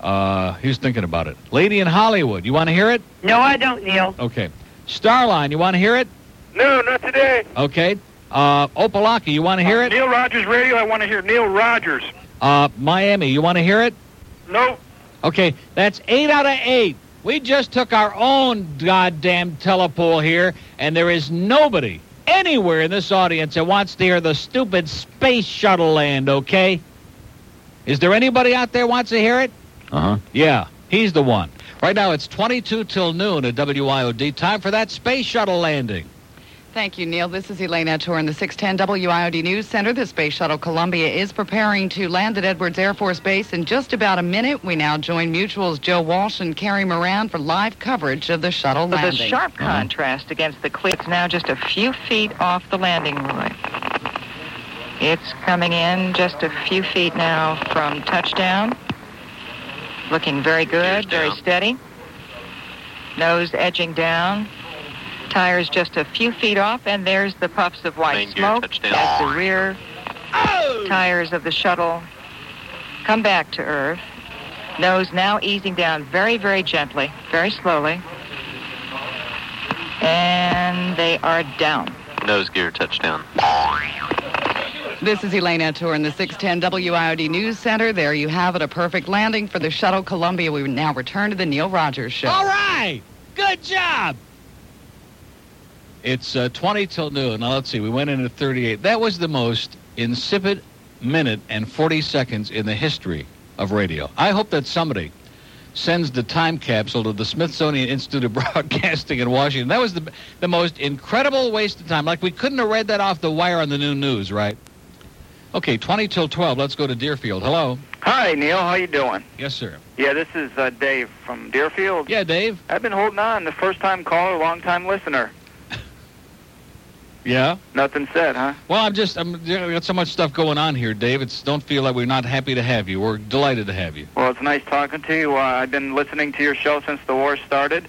[SPEAKER 2] Uh, he was thinking about it. Lady in Hollywood. You want to hear it?
[SPEAKER 7] No, I don't, Neil.
[SPEAKER 2] Okay. Starline. You want to hear it?
[SPEAKER 7] No, not today. Uh,
[SPEAKER 2] Okay. Uh, Opalaka. You want to hear it?
[SPEAKER 7] Neil Rogers Radio. I want to hear Neil Rogers.
[SPEAKER 2] Uh, Miami. You want to hear it?
[SPEAKER 7] No.
[SPEAKER 2] Okay. That's eight out of eight. We just took our own goddamn telepool here, and there is nobody anywhere in this audience that wants to hear the stupid space shuttle land, okay? Is there anybody out there wants to hear it? Uh huh. Yeah, he's the one. Right now it's 22 till noon at WIOD. Time for that space shuttle landing.
[SPEAKER 23] Thank you, Neil. This is Elaine Atour in the 610 WIOD News Center. The Space Shuttle Columbia is preparing to land at Edwards Air Force Base in just about a minute. We now join Mutual's Joe Walsh and Carrie Moran for live coverage of the shuttle
[SPEAKER 24] With a
[SPEAKER 23] landing. Uh-huh.
[SPEAKER 24] sharp contrast against the cliffs now just a few feet off the landing line. It's coming in just a few feet now from touchdown. Looking very good, very steady. Nose edging down. Tires just a few feet off, and there's the puffs of white smoke as the rear tires of the shuttle come back to Earth. Nose now easing down very, very gently, very slowly. And they are down.
[SPEAKER 25] Nose gear touchdown.
[SPEAKER 23] This is Elaine Atour in the 610 WIOD News Center. There you have it, a perfect landing for the Shuttle Columbia. We now return to the Neil Rogers Show.
[SPEAKER 2] All right. Good job. It's uh, 20 till noon. Now, let's see. We went in at 38. That was the most insipid minute and 40 seconds in the history of radio. I hope that somebody sends the time capsule to the Smithsonian Institute of Broadcasting in Washington. That was the, the most incredible waste of time. Like, we couldn't have read that off the wire on the new news, right? Okay, 20 till 12. Let's go to Deerfield. Hello.
[SPEAKER 7] Hi, Neil. How you doing?
[SPEAKER 2] Yes, sir.
[SPEAKER 7] Yeah, this is uh, Dave from Deerfield.
[SPEAKER 2] Yeah, Dave.
[SPEAKER 7] I've been holding on. The first time caller, long time listener.
[SPEAKER 2] Yeah?
[SPEAKER 7] Nothing said, huh?
[SPEAKER 2] Well, I'm just, I'm, we got so much stuff going on here, Dave. It's, don't feel like we're not happy to have you. We're delighted to have you.
[SPEAKER 7] Well, it's nice talking to you. Uh, I've been listening to your show since the war started,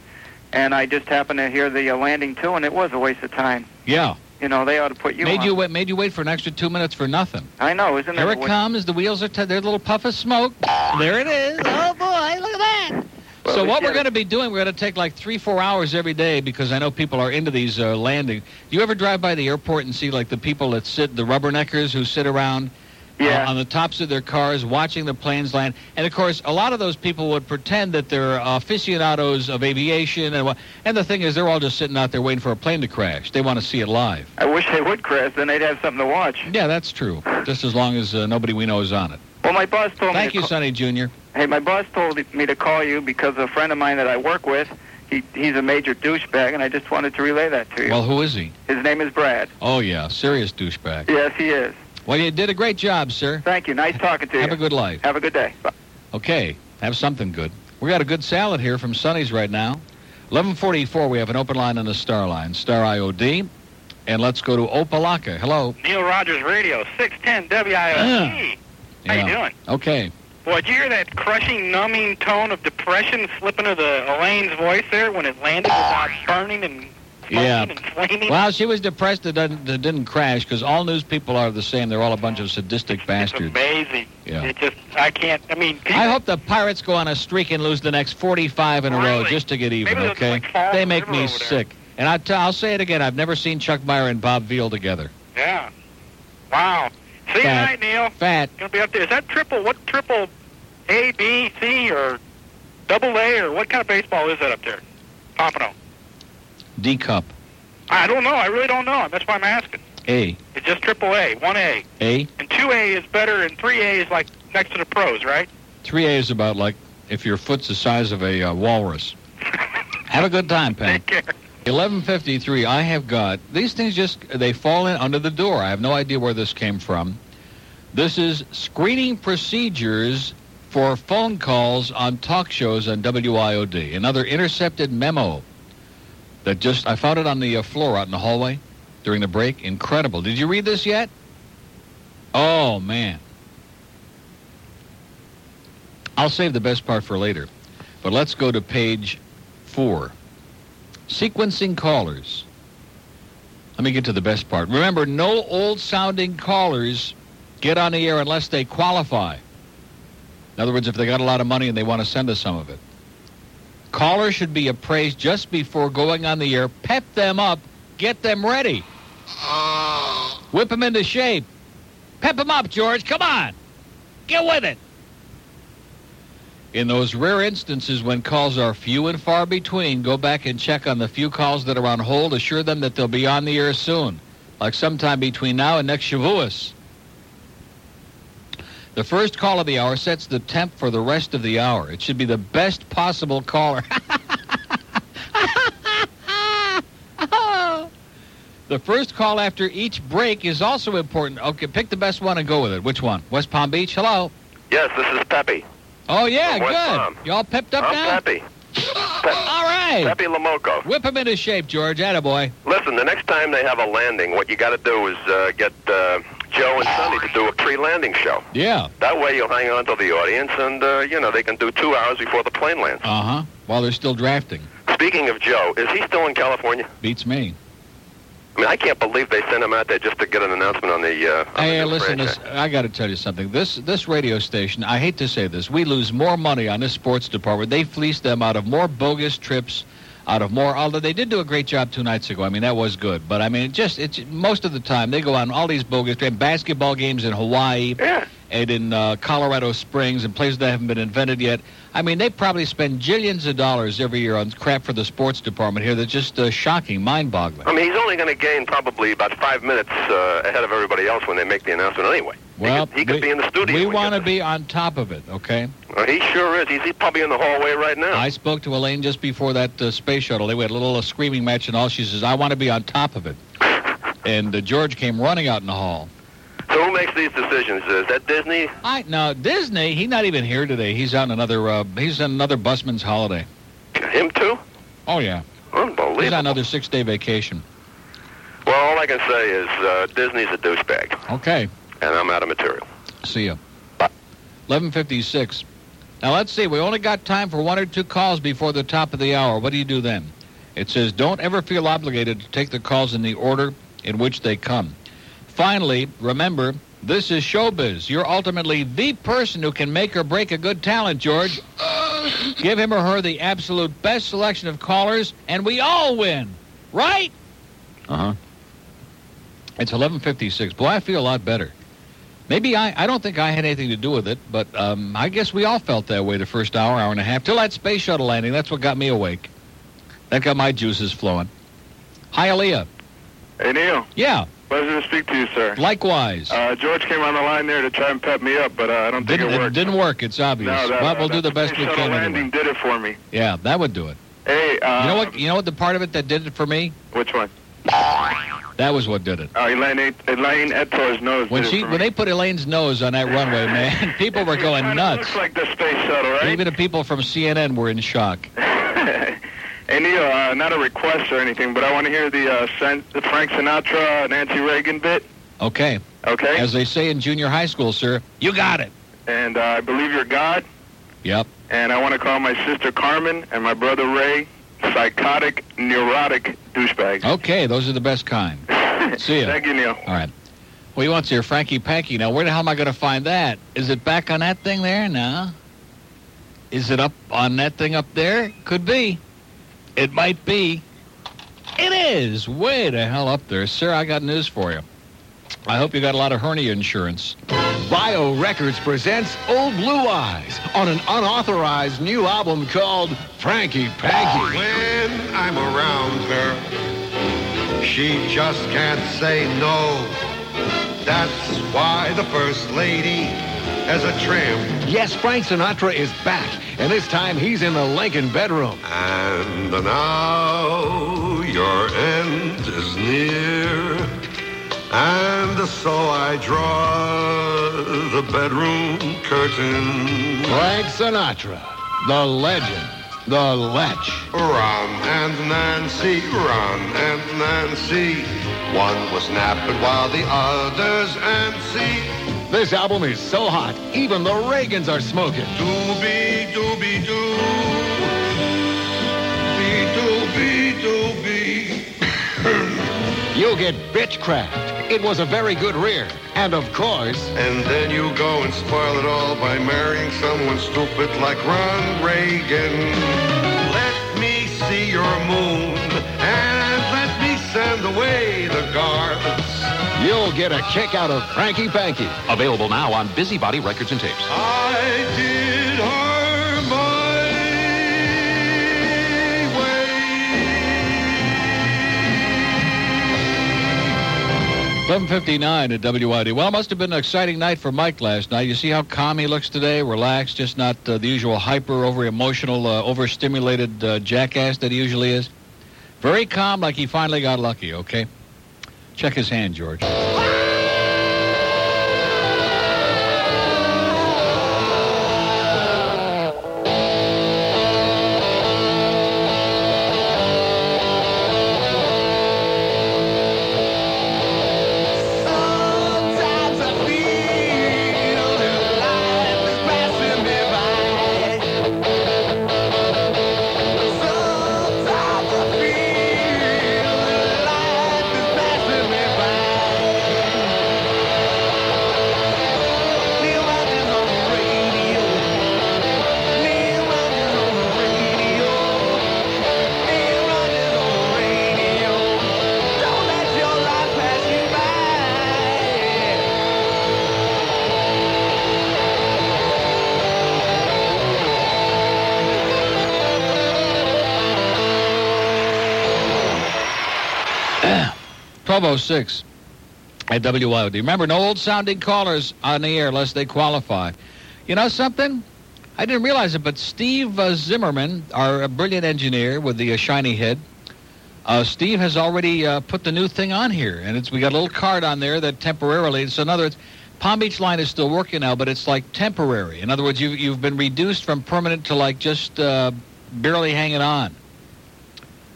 [SPEAKER 7] and I just happened to hear the uh, landing too, and it was a waste of time.
[SPEAKER 2] Yeah.
[SPEAKER 7] You know, they ought to put you
[SPEAKER 2] made
[SPEAKER 7] on.
[SPEAKER 2] you wait. Made you wait for an extra two minutes for nothing.
[SPEAKER 7] I know, isn't
[SPEAKER 2] Here
[SPEAKER 7] it?
[SPEAKER 2] it comes. The wheels are. T- their little puff of smoke. There it is. Oh boy, look at that. so what we're going to be doing? We're going to take like three, four hours every day because I know people are into these uh, landing. Do you ever drive by the airport and see like the people that sit, the rubberneckers who sit around? uh, on the tops of their cars, watching the planes land, and of course, a lot of those people would pretend that they're aficionados of aviation, and wha- and the thing is, they're all just sitting out there waiting for a plane to crash. They want to see it live.
[SPEAKER 7] I wish they would, Chris. Then they'd have something to watch.
[SPEAKER 2] Yeah, that's true. Just as long as uh, nobody we know is on it.
[SPEAKER 7] Well, my boss told me.
[SPEAKER 2] Thank
[SPEAKER 7] to
[SPEAKER 2] you,
[SPEAKER 7] ca-
[SPEAKER 2] Sonny Jr.
[SPEAKER 7] Hey, my boss told me to call you because a friend of mine that I work with, he, he's a major douchebag, and I just wanted to relay that to you.
[SPEAKER 2] Well, who is he?
[SPEAKER 7] His name is Brad.
[SPEAKER 2] Oh, yeah, serious douchebag.
[SPEAKER 7] Yes, he is.
[SPEAKER 2] Well, you did a great job, sir.
[SPEAKER 7] Thank you. Nice talking to you.
[SPEAKER 2] Have a good life.
[SPEAKER 7] Have a good day. Bye.
[SPEAKER 2] Okay, have something good. We got a good salad here from Sonny's right now. 1144, we have an open line and a star line, star IOD. And let's go to Opalaka. Hello.
[SPEAKER 4] Neil Rogers Radio, 610
[SPEAKER 2] Uh.
[SPEAKER 4] WIOD. How you doing?
[SPEAKER 2] Okay.
[SPEAKER 4] Boy, did you hear that crushing, numbing tone of depression slipping into the Elaine's voice there when it landed without burning and
[SPEAKER 2] Yeah.
[SPEAKER 4] flaming?
[SPEAKER 2] Well, she was depressed that didn't, that didn't crash because all news people are the same. They're all a bunch of sadistic bastards.
[SPEAKER 4] Amazing.
[SPEAKER 2] Yeah.
[SPEAKER 4] It just, I can't, I mean,
[SPEAKER 2] I hope the Pirates go on a streak and lose the next 45 in a row just to get even,
[SPEAKER 4] Maybe they'll
[SPEAKER 2] okay?
[SPEAKER 4] just, like, fall
[SPEAKER 2] they
[SPEAKER 4] in the
[SPEAKER 2] make
[SPEAKER 4] river
[SPEAKER 2] me
[SPEAKER 4] over there.
[SPEAKER 2] sick. And i t- I'll say it again. I've never seen Chuck Meyer and Bob Veal together.
[SPEAKER 4] yeah. Wow. See you
[SPEAKER 2] Fat.
[SPEAKER 4] tonight, Neil.
[SPEAKER 2] Fat.
[SPEAKER 4] Gonna be up there. Is that triple, what triple A, B, C, or double A, or what kind of baseball is that up there? Pompano.
[SPEAKER 2] D Cup.
[SPEAKER 4] I don't know. I really don't know. That's why I'm asking.
[SPEAKER 2] A.
[SPEAKER 4] It's just triple A, one A.
[SPEAKER 2] A.
[SPEAKER 4] And two A is better, and three A is like next to the pros, right?
[SPEAKER 2] 3A is about like if your foot's the size of a uh, walrus. Have a good time, Pat.
[SPEAKER 4] Take care.
[SPEAKER 2] 1153, I have got, these things just, they fall in under the door. I have no idea where this came from. This is screening procedures for phone calls on talk shows on WIOD. Another intercepted memo that just, I found it on the uh, floor out in the hallway during the break. Incredible. Did you read this yet? Oh, man. I'll save the best part for later. But let's go to page four. Sequencing callers. Let me get to the best part. Remember, no old sounding callers get on the air unless they qualify. In other words, if they got a lot of money and they want to send us some of it. Callers should be appraised just before going on the air. Pep them up. Get them ready. Whip them into shape. Pep them up, George. Come on. Get with it. In those rare instances when calls are few and far between, go back and check on the few calls that are on hold. Assure them that they'll be on the air soon, like sometime between now and next Shavuos. The first call of the hour sets the temp for the rest of the hour. It should be the best possible caller. the first call after each break is also important. Okay, pick the best one and go with it. Which one? West Palm Beach? Hello?
[SPEAKER 8] Yes, this is Peppy.
[SPEAKER 2] Oh, yeah,
[SPEAKER 8] West
[SPEAKER 2] good.
[SPEAKER 8] Palm.
[SPEAKER 2] Y'all pepped up
[SPEAKER 8] I'm
[SPEAKER 2] now?
[SPEAKER 8] Peppy.
[SPEAKER 2] All right.
[SPEAKER 8] Peppy Lamoco.
[SPEAKER 2] Whip him into shape, George. Attaboy.
[SPEAKER 8] Listen, the next time they have a landing, what you got to do is uh, get uh, Joe and Sonny to do a pre-landing show.
[SPEAKER 2] Yeah.
[SPEAKER 8] That way you'll hang on to the audience, and uh, you know they can do two hours before the plane lands.
[SPEAKER 2] Uh huh. While they're still drafting.
[SPEAKER 8] Speaking of Joe, is he still in California?
[SPEAKER 2] Beats me.
[SPEAKER 8] I mean, I can't believe they sent him out there just to get an announcement on the. Uh, on
[SPEAKER 2] Hey,
[SPEAKER 8] the new
[SPEAKER 2] listen,
[SPEAKER 8] franchise.
[SPEAKER 2] this, I got to tell you something. This this radio station, I hate to say this, we lose more money on this sports department. They fleece them out of more bogus trips, out of more. Although they did do a great job two nights ago. I mean, that was good. But I mean, it just it's most of the time they go on all these bogus trips, basketball games in Hawaii. And in uh, Colorado Springs and places that haven't been invented yet. I mean, they probably spend jillions of dollars every year on crap for the sports department here that's just uh, shocking, mind boggling.
[SPEAKER 8] I mean, he's only going to gain probably about five minutes uh, ahead of everybody else when they make the announcement anyway.
[SPEAKER 2] Well,
[SPEAKER 8] He could be in the studio.
[SPEAKER 2] we want to be on top of it, okay?
[SPEAKER 8] Uh, he sure is. He's, he's probably in the hallway right now.
[SPEAKER 2] I spoke to Elaine just before that uh, space shuttle. They had a little uh, screaming match and all. She says, I want to be on top of it. And uh, George came running out in the hall.
[SPEAKER 8] So who makes these decisions? Is that Disney?
[SPEAKER 2] I Now, Disney, he's not even here today. He's on another, uh, he's on another busman's holiday.
[SPEAKER 8] Him too?
[SPEAKER 2] Oh, yeah.
[SPEAKER 8] Unbelievable.
[SPEAKER 2] He's on another six-day vacation.
[SPEAKER 8] Well, all I can say is uh, Disney's a douchebag,
[SPEAKER 2] Okay.
[SPEAKER 8] and I'm out of material.
[SPEAKER 2] See ya. 1156. Now, let's see. We only got time for one or two calls before the top of the hour. What do you do then? It says, don't ever feel obligated to take the calls in the order in which they come. Finally, remember, this is showbiz. You're ultimately the person who can make or break a good talent, George. Give him or her the absolute best selection of callers, and we all win. Right?
[SPEAKER 20] Uh huh.
[SPEAKER 2] It's 11:56. Boy, I feel a lot better. Maybe I, I don't think I had anything to do with it, but um, I guess we all felt that way the first hour, hour and a half, till that space shuttle landing. That's what got me awake. That got my juices flowing. Hi, Aaliyah.
[SPEAKER 25] Hey, Neil.
[SPEAKER 2] Yeah,
[SPEAKER 25] Pleasure to speak to you, sir.
[SPEAKER 2] likewise.
[SPEAKER 25] Uh, George came on the line there to try and pep me up, but uh, I don't think
[SPEAKER 2] didn't,
[SPEAKER 25] it
[SPEAKER 2] it
[SPEAKER 25] worked.
[SPEAKER 2] didn't work. It's obvious.
[SPEAKER 25] No, that- uh,
[SPEAKER 2] but we'll
[SPEAKER 25] that
[SPEAKER 2] do the best we
[SPEAKER 25] shuttle
[SPEAKER 2] can.
[SPEAKER 25] landing
[SPEAKER 2] Anyway.
[SPEAKER 25] did it for me.
[SPEAKER 2] Yeah, that would do it.
[SPEAKER 25] Hey, uh,
[SPEAKER 2] you know what? You know what? The part of it that did it for me.
[SPEAKER 25] Which one?
[SPEAKER 2] That was what did it.
[SPEAKER 25] Uh, Elaine, Elaine Eto's nose.
[SPEAKER 2] When
[SPEAKER 25] did it
[SPEAKER 2] she
[SPEAKER 25] for
[SPEAKER 2] when
[SPEAKER 25] me.
[SPEAKER 2] they put Elaine's nose on that runway, man, people were going nuts.
[SPEAKER 25] Looks like the space shuttle, right?
[SPEAKER 2] Even the people from CNN were in shock.
[SPEAKER 25] hey, Neil, uh, not a request or anything, but I want to hear the, uh, San- the Frank Sinatra, Nancy Reagan bit.
[SPEAKER 2] Okay.
[SPEAKER 25] Okay.
[SPEAKER 2] As they say in junior high school, sir, you got it.
[SPEAKER 25] And uh, I believe you're God.
[SPEAKER 2] Yep.
[SPEAKER 25] And I want to call my sister Carmen and my brother Ray psychotic, neurotic douchebags.
[SPEAKER 2] Okay, those are the best kind. See ya.
[SPEAKER 25] Thank you, Neil.
[SPEAKER 2] All right. Well, you want to hear Frankie Packy. Now, where the hell am I going to find that? Is it back on that thing there? No. Is it up on that thing up there? Could be. It might be. It is way the hell up there. Sir, I got news for you. I hope you got a lot of hernia insurance.
[SPEAKER 26] Bio Records presents Old Blue Eyes on an unauthorized new album called Frankie Panky.
[SPEAKER 3] Ah, When I'm around her, she just can't say no. That's why the first lady has a trim.
[SPEAKER 26] Yes, Frank Sinatra is back, and this time he's in the Lincoln bedroom.
[SPEAKER 3] And now your end is near. And so I draw the bedroom curtain.
[SPEAKER 26] Frank Sinatra, the legend, the lech.
[SPEAKER 3] Ron and Nancy, Ron and Nancy. One was napping while the other's antsy.
[SPEAKER 26] This album is so hot, even the Reagans are smoking.
[SPEAKER 3] Doobie, doobie, doo. Doobie, doobie, doobie.
[SPEAKER 26] You'll get bitchcraft. It was a very good rear, and of course,
[SPEAKER 3] And then you go and spoil it all by marrying someone stupid like Ron Reagan. Let me see your moon and let me send away the guards.
[SPEAKER 26] you'll get a kick out of Frankie Panky. Available now on Busybody Records and Tapes.
[SPEAKER 3] I did her my way.
[SPEAKER 2] 11:59 at WID. Well, it must have been an exciting night for Mike last night. You see how calm he looks today, relaxed, just not uh, the usual hyper, over emotional, uh, overstimulated uh, jackass that he usually is. Very calm, like he finally got lucky. Okay, check his hand, George. Twelve oh six at WIOD. Remember, no old sounding callers on the air unless they qualify. You know something? I didn't realize it, but Steve uh, Zimmerman, our uh, brilliant engineer with the uh, shiny head, uh, Steve has already uh, put the new thing on here, and it's we got a little card on there that temporarily. It's another. It's, Palm Beach Line is still working now, but it's like temporary. In other words, you you've been reduced from permanent to like just uh, barely hanging on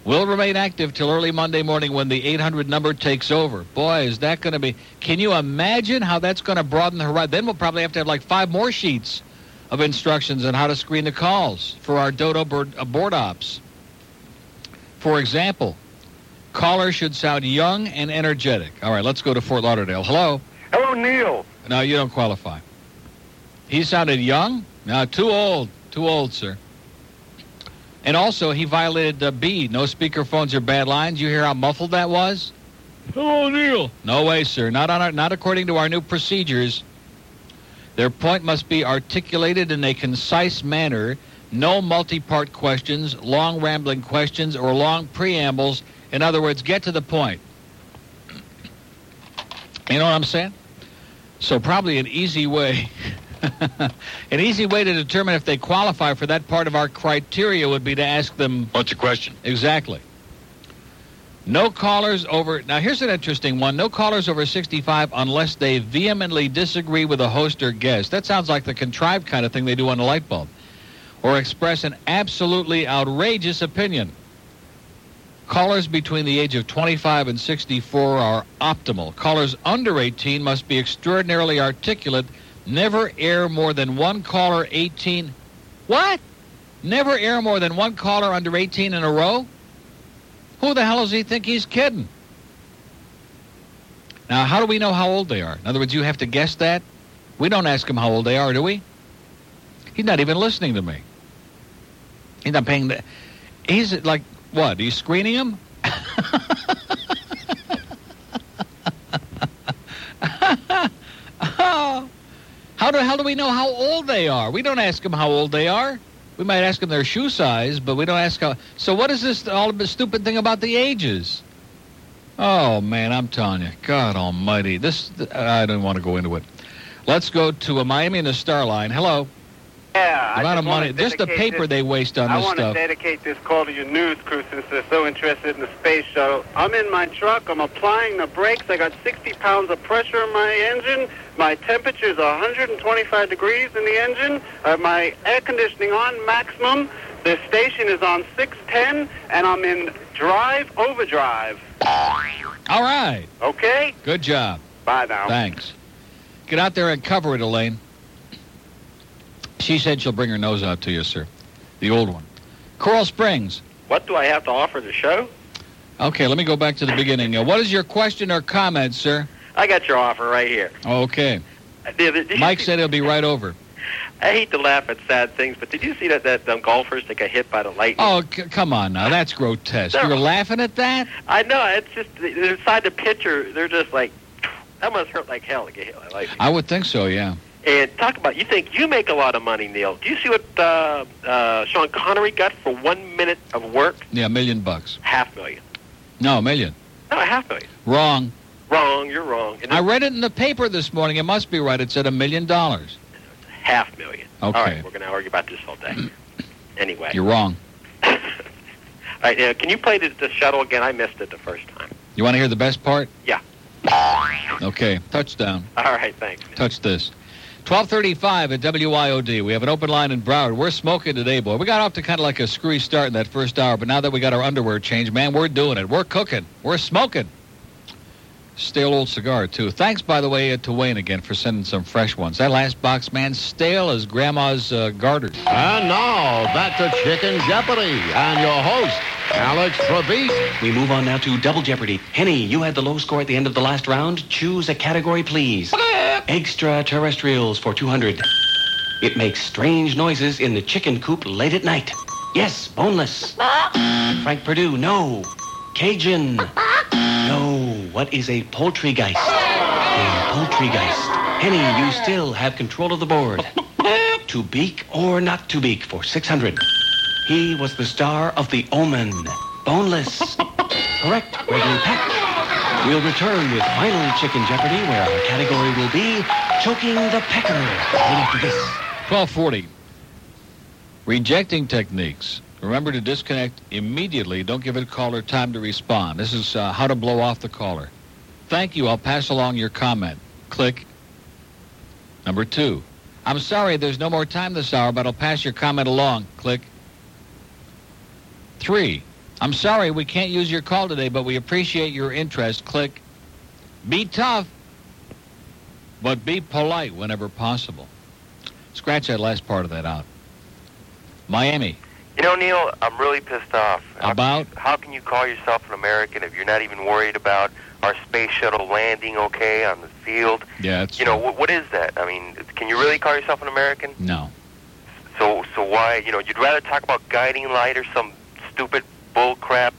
[SPEAKER 2] will remain active till early Monday morning when the 800 number takes over. Boy, is that going to be. Can you imagine how that's going to broaden the horizon? Then we'll probably have to have like five more sheets of instructions on how to screen the calls for our Dodo board, uh, board ops. For example, callers should sound young and energetic. All right, let's go to Fort Lauderdale. Hello.
[SPEAKER 4] Hello, Neil.
[SPEAKER 2] No, you don't qualify. He sounded young. No, too old. Too old, sir. And also, he violated uh, B, no speaker phones or bad lines. You hear how muffled that was? Hello, Neil. No way, sir. Not on our, not according to our new procedures. Their point must be articulated in a concise manner. No multi-part questions, long rambling questions, or long preambles. In other words, get to the point. You know what I'm saying? So probably an easy way An easy way to determine if they qualify for that part of our criteria would be to ask them. What's your question? Exactly. No callers over. Now, here's an interesting one. No callers over 65 unless they vehemently disagree with a host or guest. That sounds like the contrived kind of thing they do on a light bulb. Or express an absolutely outrageous opinion. Callers between the age of 25 and 64 are optimal. Callers under 18 must be extraordinarily articulate Never air more than one caller 18. What? Never air more than one caller under 18 in a row? Who the hell does he think he's kidding? Now, how do we know how old they are? In other words, you have to guess that. We don't ask him how old they are, do we? He's not even listening to me. He's not paying the. He's like, what? He's screening him? How the hell do we know how old they are? We don't ask them how old they are. We might ask them their shoe size, but we don't ask how. So what is this all the stupid thing about the ages? Oh man, I'm telling you, God Almighty, this I don't want to go into it. Let's go to a Miami and the Star Line. Hello.
[SPEAKER 27] Yeah, I
[SPEAKER 2] Amount
[SPEAKER 27] just
[SPEAKER 2] of
[SPEAKER 27] wanna
[SPEAKER 2] money, just the
[SPEAKER 27] dedicate
[SPEAKER 2] paper
[SPEAKER 27] this-
[SPEAKER 2] they waste on
[SPEAKER 27] I
[SPEAKER 2] this
[SPEAKER 27] wanna
[SPEAKER 2] stuff.
[SPEAKER 27] dedicate this call to your news crew since they're so interested in the space shuttle. I'm in my truck. I'm applying the brakes. I got 60 pounds of pressure in my engine. My temperature's 125 degrees in the engine. Uh, my air conditioning on maximum. The station is on 610, and I'm in drive overdrive.
[SPEAKER 2] All right.
[SPEAKER 27] Okay?
[SPEAKER 2] Good job.
[SPEAKER 27] Bye
[SPEAKER 8] Oh.
[SPEAKER 27] now.
[SPEAKER 2] Thanks. Get out there and cover it, Elaine. She said she'll bring her nose out to you, sir. The old one. Coral Springs.
[SPEAKER 4] What do I have to offer the show?
[SPEAKER 2] Okay, let me go back to the beginning. Uh, what is your question or comment, sir?
[SPEAKER 4] I got your offer right here.
[SPEAKER 2] Okay.
[SPEAKER 4] Uh, did- did you
[SPEAKER 2] Mike
[SPEAKER 4] see-
[SPEAKER 2] said he'll be right over.
[SPEAKER 4] I hate to laugh at sad things, but did you see that that um, golfers that got hit by the lightning?
[SPEAKER 2] Oh, c- come on now. That's grotesque. You're laughing at that?
[SPEAKER 4] I know. It's just they're inside the picture. They're just like that must hurt like hell to get hit. Like,
[SPEAKER 2] I would think so, yeah.
[SPEAKER 4] and talk about you think you make a lot of money, Neil? Do you see what uh, uh, Sean Connery got for one minute of work?
[SPEAKER 2] Yeah, a million bucks.
[SPEAKER 4] Half million.
[SPEAKER 2] No, a million.
[SPEAKER 4] No, half million.
[SPEAKER 2] Wrong.
[SPEAKER 8] Wrong, you're wrong. It's
[SPEAKER 2] I read it in the paper this morning. It must be right. It said a million dollars.
[SPEAKER 8] half million.
[SPEAKER 2] Okay.
[SPEAKER 8] All right, we're going to argue about this all day. anyway.
[SPEAKER 2] You're wrong.
[SPEAKER 8] All right,
[SPEAKER 4] uh,
[SPEAKER 8] now, can you play the, the shuttle again? I missed it the first time.
[SPEAKER 2] You want to hear the best part?
[SPEAKER 8] Yeah.
[SPEAKER 2] Okay. Touchdown.
[SPEAKER 8] All right, thanks.
[SPEAKER 2] Touch this. 1235 at WIOD. We have an open line in Broward. We're smoking today, boy. We got off to kind of like a screwy start in that first hour, but now that we got our underwear changed, man, we're doing it. We're cooking. We're smoking. Stale old cigar, too. Thanks, by the way, uh, to Wayne again for sending some fresh ones. That last box, man, stale as Grandma's uh, garters.
[SPEAKER 28] And now, back to Chicken Jeopardy and your host, Alex Trebek.
[SPEAKER 17] We move on now to Double Jeopardy. Henny, you had the low score at the end of the last round. Choose a category, please. Extraterrestrials for 200. It makes strange noises in the chicken coop late at night. Yes, boneless. Frank Perdue, no. Cajun. No. What is a poultrygeist? A poultrygeist. Henny, you still have control of the board. To beak or not to beak for 600. He was the star of The Omen. Boneless. Correct, Gregory Peck. We'll return with final Chicken Jeopardy, where our category will be Choking the Pecker. Right after this.
[SPEAKER 2] 1240. Rejecting techniques. Remember to disconnect immediately. Don't give a caller time to respond. This is uh, how to blow off the caller. Thank you. I'll pass along your comment. Click. Number two. I'm sorry there's no more time this hour, but I'll pass your comment along. Click. Three. I'm sorry we can't use your call today, but we appreciate your interest. Click. Be tough, but be polite whenever possible. Scratch that last part of that out. Miami,
[SPEAKER 13] You know, Neil, I'm really pissed off.
[SPEAKER 2] about
[SPEAKER 13] How can you call yourself an American if you're not even worried about our space shuttle landing okay on the field?
[SPEAKER 2] yeah, it's
[SPEAKER 13] you know, wh- what is that? I mean, can you really call yourself an American?
[SPEAKER 2] no.
[SPEAKER 13] So, so why? You know, you'd rather talk about guiding light or some stupid bull crap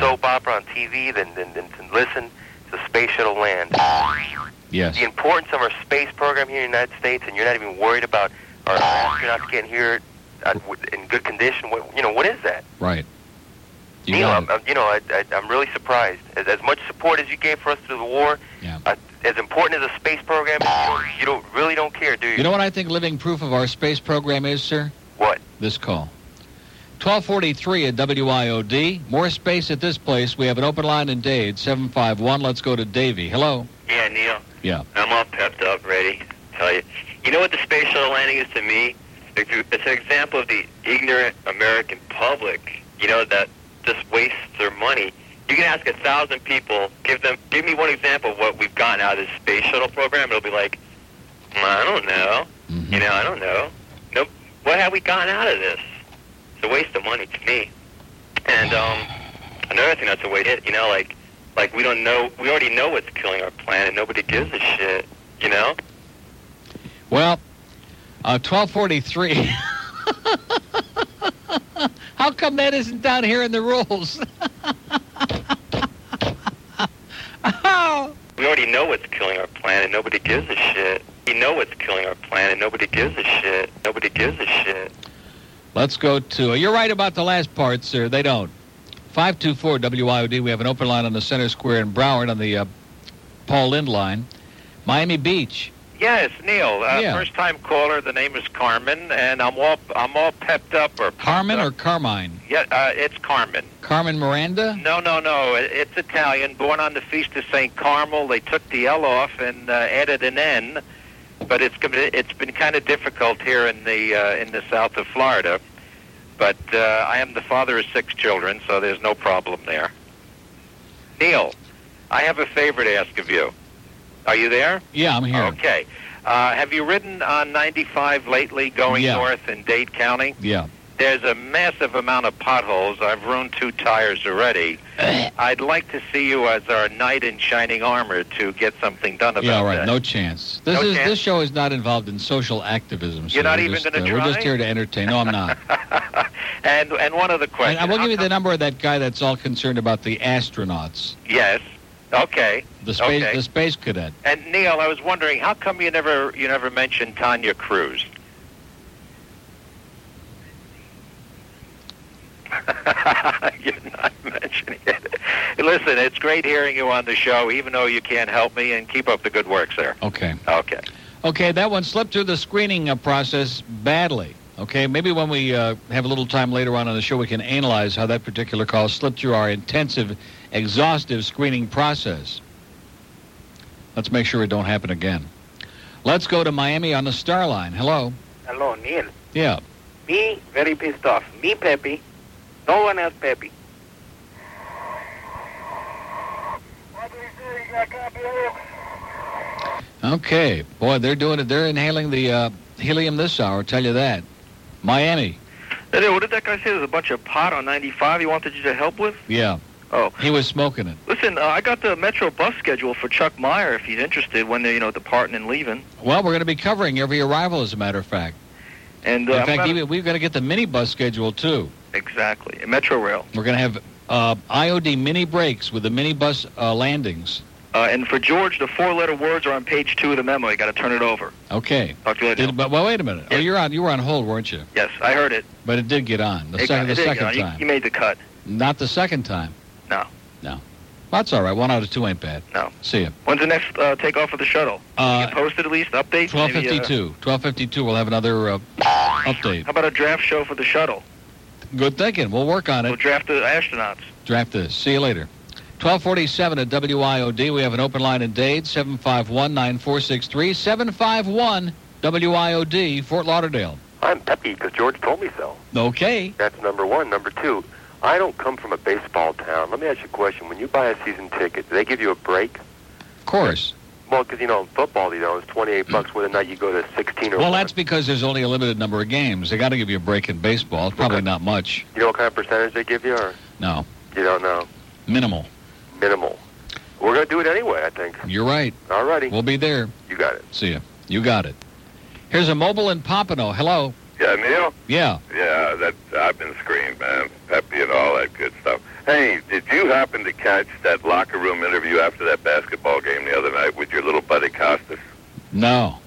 [SPEAKER 13] soap opera on TV than than, than to listen to space shuttle land.
[SPEAKER 2] Yes.
[SPEAKER 13] The importance of our space program here in the United States, and you're not even worried about our astronauts getting here uh, w- in good condition. What, you know, what is that?
[SPEAKER 2] Right. You
[SPEAKER 13] Neil,
[SPEAKER 2] got
[SPEAKER 13] I'm, I'm- you know, I, I, I'm really surprised. As, as much support as you gave for us through the war, uh, as important as the space program, is, you don't really don't care, do you?
[SPEAKER 2] You know what I think living proof of our space program is, sir?
[SPEAKER 13] What?
[SPEAKER 2] This call. 1243 at WIOD. More space at this place. We have an open line in Dade, 751. Let's go to Davy. Hello.
[SPEAKER 12] Yeah, Neil.
[SPEAKER 2] Yeah.
[SPEAKER 12] I'm all pepped up, ready. Tell you. You know what the space shuttle landing is to me? It's it's an example of the ignorant American public. You know that just wastes their money. You can ask a thousand people, give them, give me one example of what we've gotten out of this space shuttle program. It'll be like, "Mm, I don't know. You know, I don't know. Nope. What have we gotten out of this? It's a waste of money to me. And um, another thing that's a waste. You know, like like we don't know. We already know what's killing our planet. Nobody gives a shit. You know.
[SPEAKER 2] Well, uh, 1243. How come that isn't down here in the rules?
[SPEAKER 12] We already know what's killing our planet. Nobody gives a shit. We know what's killing our planet. Nobody gives a shit. Nobody gives a shit.
[SPEAKER 2] Let's go to. uh, You're right about the last part, sir. They don't. 524 WIOD. We have an open line on the center square in Broward on the uh, Paul Lind line. Miami Beach.
[SPEAKER 16] Yes, Neil. Uh,
[SPEAKER 2] Yeah.
[SPEAKER 16] First time caller. The name is Carmen, and I'm all I'm all pepped up. Or
[SPEAKER 2] Carmen or Carmine?
[SPEAKER 16] yeah, uh, it's Carmen.
[SPEAKER 2] Carmen Miranda?
[SPEAKER 16] No, no, no. It, it's Italian. Born on the feast of Saint Carmel. They took the L off and uh, added an N, but it's gonna- it's been kind of difficult here in the uh, in the south of Florida. But uh, I am the father of six children, so there's no problem there. Neil, I have a favor to ask of you. Are you there?
[SPEAKER 2] Yeah, I'm here.
[SPEAKER 16] Okay. Uh, have you ridden on 95 lately going
[SPEAKER 2] Yeah.
[SPEAKER 16] north in Dade County?
[SPEAKER 2] Yeah.
[SPEAKER 16] There's a massive amount of potholes. I've ruined two tires already. I'd like to see you as our knight in shining armor to get something done about
[SPEAKER 2] Yeah, all right.
[SPEAKER 16] that.
[SPEAKER 2] No chance. This
[SPEAKER 16] No
[SPEAKER 2] is
[SPEAKER 16] chance?
[SPEAKER 2] this show is not involved in social activism.
[SPEAKER 16] You're not
[SPEAKER 2] we're
[SPEAKER 16] even
[SPEAKER 2] just,
[SPEAKER 16] gonna
[SPEAKER 2] uh, We're just
[SPEAKER 16] try?
[SPEAKER 2] here to entertain. No, I'm not.
[SPEAKER 16] And and one other question.
[SPEAKER 2] and I will give you the number of that guy that's all concerned about the astronauts,
[SPEAKER 16] Yes. Okay.
[SPEAKER 2] the space,
[SPEAKER 16] Okay.
[SPEAKER 2] the space cadet.
[SPEAKER 16] And Neil, I was wondering how come you never you never mentioned Tanya Cruz. You're not mentioning it. Listen, it's great hearing you on the show, even though you can't help me, and keep up the good work, sir.
[SPEAKER 2] Okay.
[SPEAKER 16] Okay.
[SPEAKER 2] Okay, that one slipped through the screening uh, process badly. Okay, maybe when we uh, have a little time later on in the show, we can analyze how that particular call slipped through our intensive, exhaustive screening process. Let's make sure it don't happen again. Let's go to Miami on the star line. Hello.
[SPEAKER 29] Hello, Neil.
[SPEAKER 2] Yeah.
[SPEAKER 29] Me, very pissed off. Me, Peppy. No one else, Peppy.
[SPEAKER 2] Okay. Boy, they're doing it. They're inhaling the uh, helium this hour. I'll tell you that. Miami.
[SPEAKER 12] Hey, there, what did that guy say? There's a bunch of pot on 95 he wanted you to help with?
[SPEAKER 2] Yeah.
[SPEAKER 12] Oh.
[SPEAKER 2] He was smoking it.
[SPEAKER 12] Listen, uh, I got the Metro bus schedule for Chuck Meyer if he's interested when they're, you know, departing and leaving.
[SPEAKER 2] Well, we're going to be covering every arrival, as a matter of fact.
[SPEAKER 12] And uh,
[SPEAKER 2] In
[SPEAKER 12] I'm
[SPEAKER 2] fact,
[SPEAKER 12] not-
[SPEAKER 2] even, we've got to get the minibus schedule, too.
[SPEAKER 12] Exactly. Metro Rail.
[SPEAKER 2] We're going to have uh, IOD mini breaks with the minibus uh, landings.
[SPEAKER 12] Uh, and for George, the four-letter words are on page two of the memo. You got to turn it over.
[SPEAKER 2] Okay.
[SPEAKER 12] Talk to you later.
[SPEAKER 2] Did- but well, wait a minute. Oh, you're on. You were on hold, weren't you?
[SPEAKER 12] Yes, I heard it.
[SPEAKER 2] But it did get on the
[SPEAKER 12] It got-
[SPEAKER 2] second. The
[SPEAKER 12] it did,
[SPEAKER 2] second
[SPEAKER 12] you know, you-
[SPEAKER 2] time.
[SPEAKER 12] you made the cut.
[SPEAKER 2] Not the second time.
[SPEAKER 12] No.
[SPEAKER 2] No. That's all right. One out of two ain't bad.
[SPEAKER 12] No.
[SPEAKER 2] See ya.
[SPEAKER 12] When's the next uh, takeoff of the shuttle?
[SPEAKER 2] Uh,
[SPEAKER 12] you posted at least updates.
[SPEAKER 2] Twelve
[SPEAKER 12] Maybe, uh,
[SPEAKER 2] fifty-two. Twelve fifty-two. We'll have another uh, update.
[SPEAKER 12] how about a draft show for the shuttle?
[SPEAKER 2] Good thinking. We'll work on it.
[SPEAKER 12] We'll draft the astronauts.
[SPEAKER 2] Draft this. See you later. 1247 at WIOD. We have an open line in Dade, 751 9463. 751 WIOD, Fort Lauderdale.
[SPEAKER 8] I'm peppy because George told me so.
[SPEAKER 2] Okay.
[SPEAKER 8] That's number one. Number two, I don't come from a baseball town. Let me ask you a question. When you buy a season ticket, do they give you a break?
[SPEAKER 2] Of course.
[SPEAKER 8] Well, because you know in football, you know it's twenty-eight bucks whether or not you go to sixteen or.
[SPEAKER 2] Mm. Well,
[SPEAKER 8] one.
[SPEAKER 2] that's because there's only a limited number of games. They got to give you a break in baseball. It's probably not much.
[SPEAKER 8] You know what kind of percentage they give you, or
[SPEAKER 2] No.
[SPEAKER 8] you don't know?
[SPEAKER 2] Minimal.
[SPEAKER 8] Minimal. We're gonna do it anyway. I think.
[SPEAKER 2] You're right.
[SPEAKER 8] All righty.
[SPEAKER 2] We'll be there.
[SPEAKER 8] You got it.
[SPEAKER 2] See ya. You got it. Here's a mobile in Pompano. Hello.
[SPEAKER 19] Yeah, Neil.
[SPEAKER 2] Yeah.
[SPEAKER 19] Yeah, that I've been screamed, man. Peppy and all that good stuff. Hey, did you happen to catch that locker room interview after that basketball game the other night with your little buddy Costas?
[SPEAKER 2] No.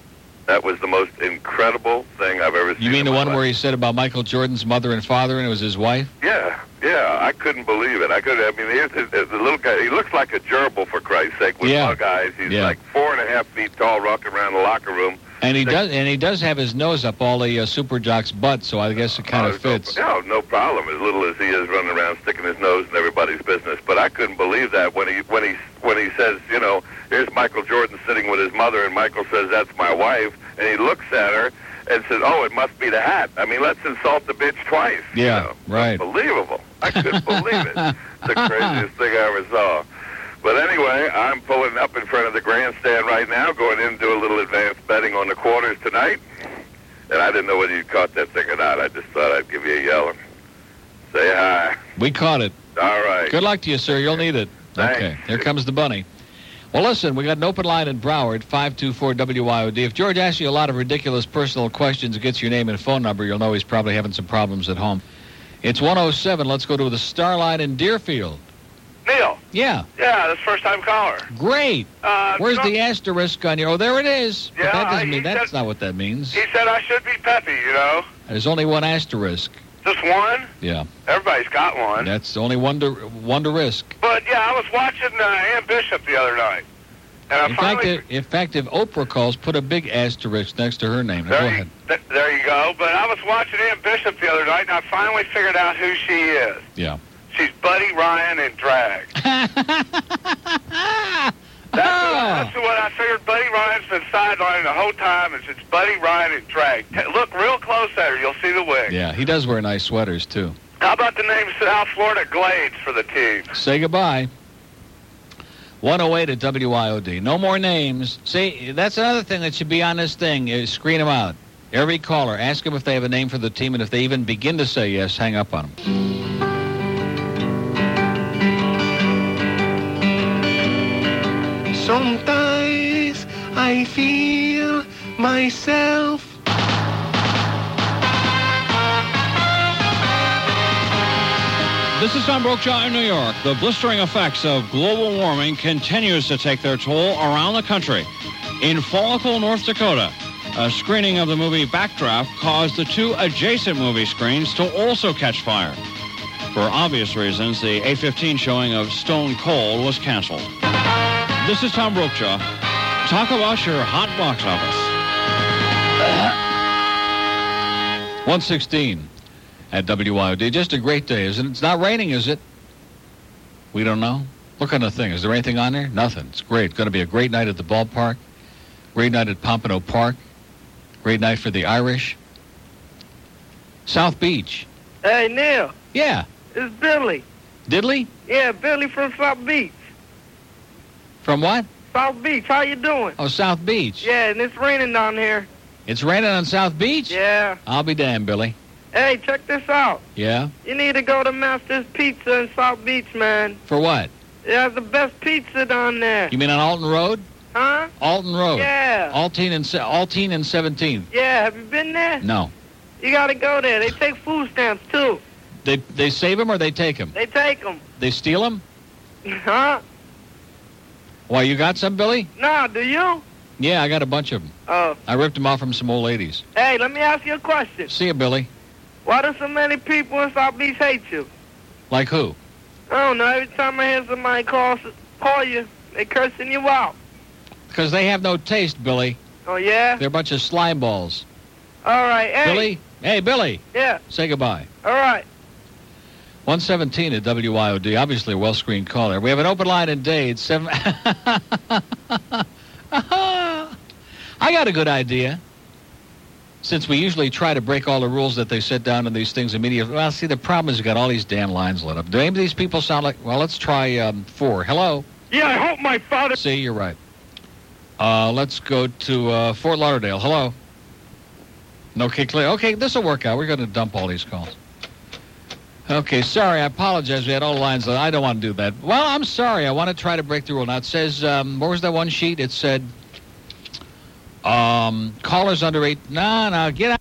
[SPEAKER 19] That was the most incredible thing I've ever seen.
[SPEAKER 2] You mean the one where he said about Michael Jordan's mother and father and it was his wife?
[SPEAKER 19] Yeah, yeah, I couldn't believe it. I could. I mean, here's the, the little guy. He looks like a gerbil for Christ's sake. With
[SPEAKER 2] Yeah.
[SPEAKER 19] bug eyes, he's
[SPEAKER 2] Yeah.
[SPEAKER 19] like four and a half feet tall, rocking around the locker room.
[SPEAKER 2] And he does, and he does have his nose up all the uh, super jock's butt, so I guess it kind of fits.
[SPEAKER 19] Oh, No, no problem. As little as he is running around sticking his nose in everybody's business, but I couldn't believe that when he when he when he says, you know, here's Michael Jordan sitting with his mother, and Michael says, "That's my wife," and he looks at her and says, "Oh, it must be the hat." I mean, let's insult the bitch twice.
[SPEAKER 2] Yeah, right.
[SPEAKER 19] Unbelievable! I couldn't believe it. The craziest thing I ever saw. But anyway, I'm pulling up in front of the grandstand right now, going in to do a little advanced betting on the quarters tonight. And I didn't know whether you caught that thing or not. I just thought I'd give you a yell and say hi.
[SPEAKER 2] We caught it.
[SPEAKER 19] All right.
[SPEAKER 2] Good luck to you, sir. You'll need it. Okay, here comes the bunny. Well, listen, we got an open line in Broward, 524-WYOD. If George asks you a lot of ridiculous personal questions, gets your name and phone number, you'll know he's probably having some problems at home. It's 107. Let's go to the star line in Deerfield.
[SPEAKER 7] Neil.
[SPEAKER 2] Yeah,
[SPEAKER 7] Yeah, this first time caller.
[SPEAKER 2] great.
[SPEAKER 7] Uh,
[SPEAKER 2] Where's
[SPEAKER 7] Trump-
[SPEAKER 2] the asterisk on your... Oh, there it is. but
[SPEAKER 7] Yeah,
[SPEAKER 2] that doesn't
[SPEAKER 7] I-
[SPEAKER 2] mean...
[SPEAKER 7] he
[SPEAKER 2] That's not what that means.
[SPEAKER 7] He said I should be peppy, you know.
[SPEAKER 2] There's only one asterisk.
[SPEAKER 7] Just one.
[SPEAKER 2] Yeah,
[SPEAKER 7] Everybody's got one.
[SPEAKER 2] that's only one to, one to risk.
[SPEAKER 7] But yeah, I was watching uh, Ann Bishop the other night, and I
[SPEAKER 2] In fact,
[SPEAKER 7] finally
[SPEAKER 2] if, in fact, if Oprah calls, put a big asterisk next to her name. Now, go ahead.
[SPEAKER 7] th- there you go. But I was watching Ann Bishop the other night, and I finally figured out who she is.
[SPEAKER 2] Yeah.
[SPEAKER 7] She's Buddy Ryan in drag. That's, what, that's what I figured. Buddy Ryan's been sidelining the whole time, and it's Buddy Ryan in drag. T- look real close at her, you'll see the wig.
[SPEAKER 2] Yeah, he does wear nice sweaters too.
[SPEAKER 7] How about the name South Florida Glades for the team?
[SPEAKER 2] Say goodbye. 108 at WIOD. No more names. See, that's another thing that should be on this thing. Is screen them out. Every caller, ask them if they have a name for the team, and if they even begin to say yes, hang up on them.
[SPEAKER 6] Sometimes I feel myself.
[SPEAKER 13] This is Tom Brokaw in New York. The blistering effects of global warming continues to take their toll around the country. In Follicle, North Dakota, a screening of the movie Backdraft caused the two adjacent movie screens to also catch fire. For obvious reasons, the 815 showing of Stone Cold was canceled. This is Tom Brokaw. Talk about your hot box office. 116 at WYOD. Just a great day, isn't it? It's not raining, is it? We don't know. Look on the thing. Is there anything on there? Nothing. It's great. Going to be a great night at the ballpark. Great night at Pompano Park. Great night for the Irish. South Beach.
[SPEAKER 7] Hey, Neil,
[SPEAKER 2] Yeah.
[SPEAKER 7] it's Billy.
[SPEAKER 2] Diddley?
[SPEAKER 7] Yeah, Billy from South Beach.
[SPEAKER 2] From what?
[SPEAKER 7] South Beach, how you doing?
[SPEAKER 2] Oh, South Beach.
[SPEAKER 7] Yeah, and it's raining down here.
[SPEAKER 2] It's raining on South Beach?
[SPEAKER 7] Yeah.
[SPEAKER 2] I'll be damned, Billy.
[SPEAKER 7] Hey, check this out.
[SPEAKER 2] Yeah?
[SPEAKER 7] You need to go to Master's Pizza in South Beach, man.
[SPEAKER 2] For what?
[SPEAKER 7] It has the best pizza down there.
[SPEAKER 2] You mean on Alton Road?
[SPEAKER 7] Huh?
[SPEAKER 2] Alton Road.
[SPEAKER 7] Yeah.
[SPEAKER 2] Alteen and, se- Alteen and 17th.
[SPEAKER 7] Yeah, have you been there?
[SPEAKER 2] No.
[SPEAKER 7] You gotta go there. They take food stamps, too.
[SPEAKER 2] They, they save them or they take them?
[SPEAKER 7] They take them.
[SPEAKER 2] They steal them?
[SPEAKER 7] Huh?
[SPEAKER 2] Why, you got some, Billy?
[SPEAKER 7] Nah, do you?
[SPEAKER 2] Yeah, I got a bunch of them.
[SPEAKER 7] Oh. Eh.
[SPEAKER 2] I ripped them off from some old ladies.
[SPEAKER 7] Hey, let me ask you a question.
[SPEAKER 2] See you, Billy.
[SPEAKER 7] Why do so many people in South Beach hate you?
[SPEAKER 2] Like who?
[SPEAKER 7] I don't know. Every time I hear somebody call, call you, they cursing you out.
[SPEAKER 2] Because they have no taste, Billy.
[SPEAKER 7] Oh, yeah?
[SPEAKER 2] They're a bunch of slime balls.
[SPEAKER 7] All right, hey.
[SPEAKER 2] Billy? Hey, Billy.
[SPEAKER 7] Yeah,
[SPEAKER 2] Say goodbye.
[SPEAKER 7] all right.
[SPEAKER 2] 117 at WIOD. Obviously, a well screened caller. We have an open line in Dade. Seven. I got a good idea. Since we usually try to break all the rules that they set down in these things immediately. Well, see, the problem is you got all these damn lines lit up. Do any of these people sound like. Well, let's try um, four. Hello?
[SPEAKER 30] Yeah, I hope my father.
[SPEAKER 2] See, you're right. Uh, let's go to uh, Fort Lauderdale. Hello? No, okay, clear. Okay, this will work out. We're going to dump all these calls. Okay, sorry. I apologize. We had all lines. I don't want to do that. Well, I'm sorry. I want to try to break the rule. Now, it says, um, what was that one sheet? It said, um, callers under eight. No, no, get out.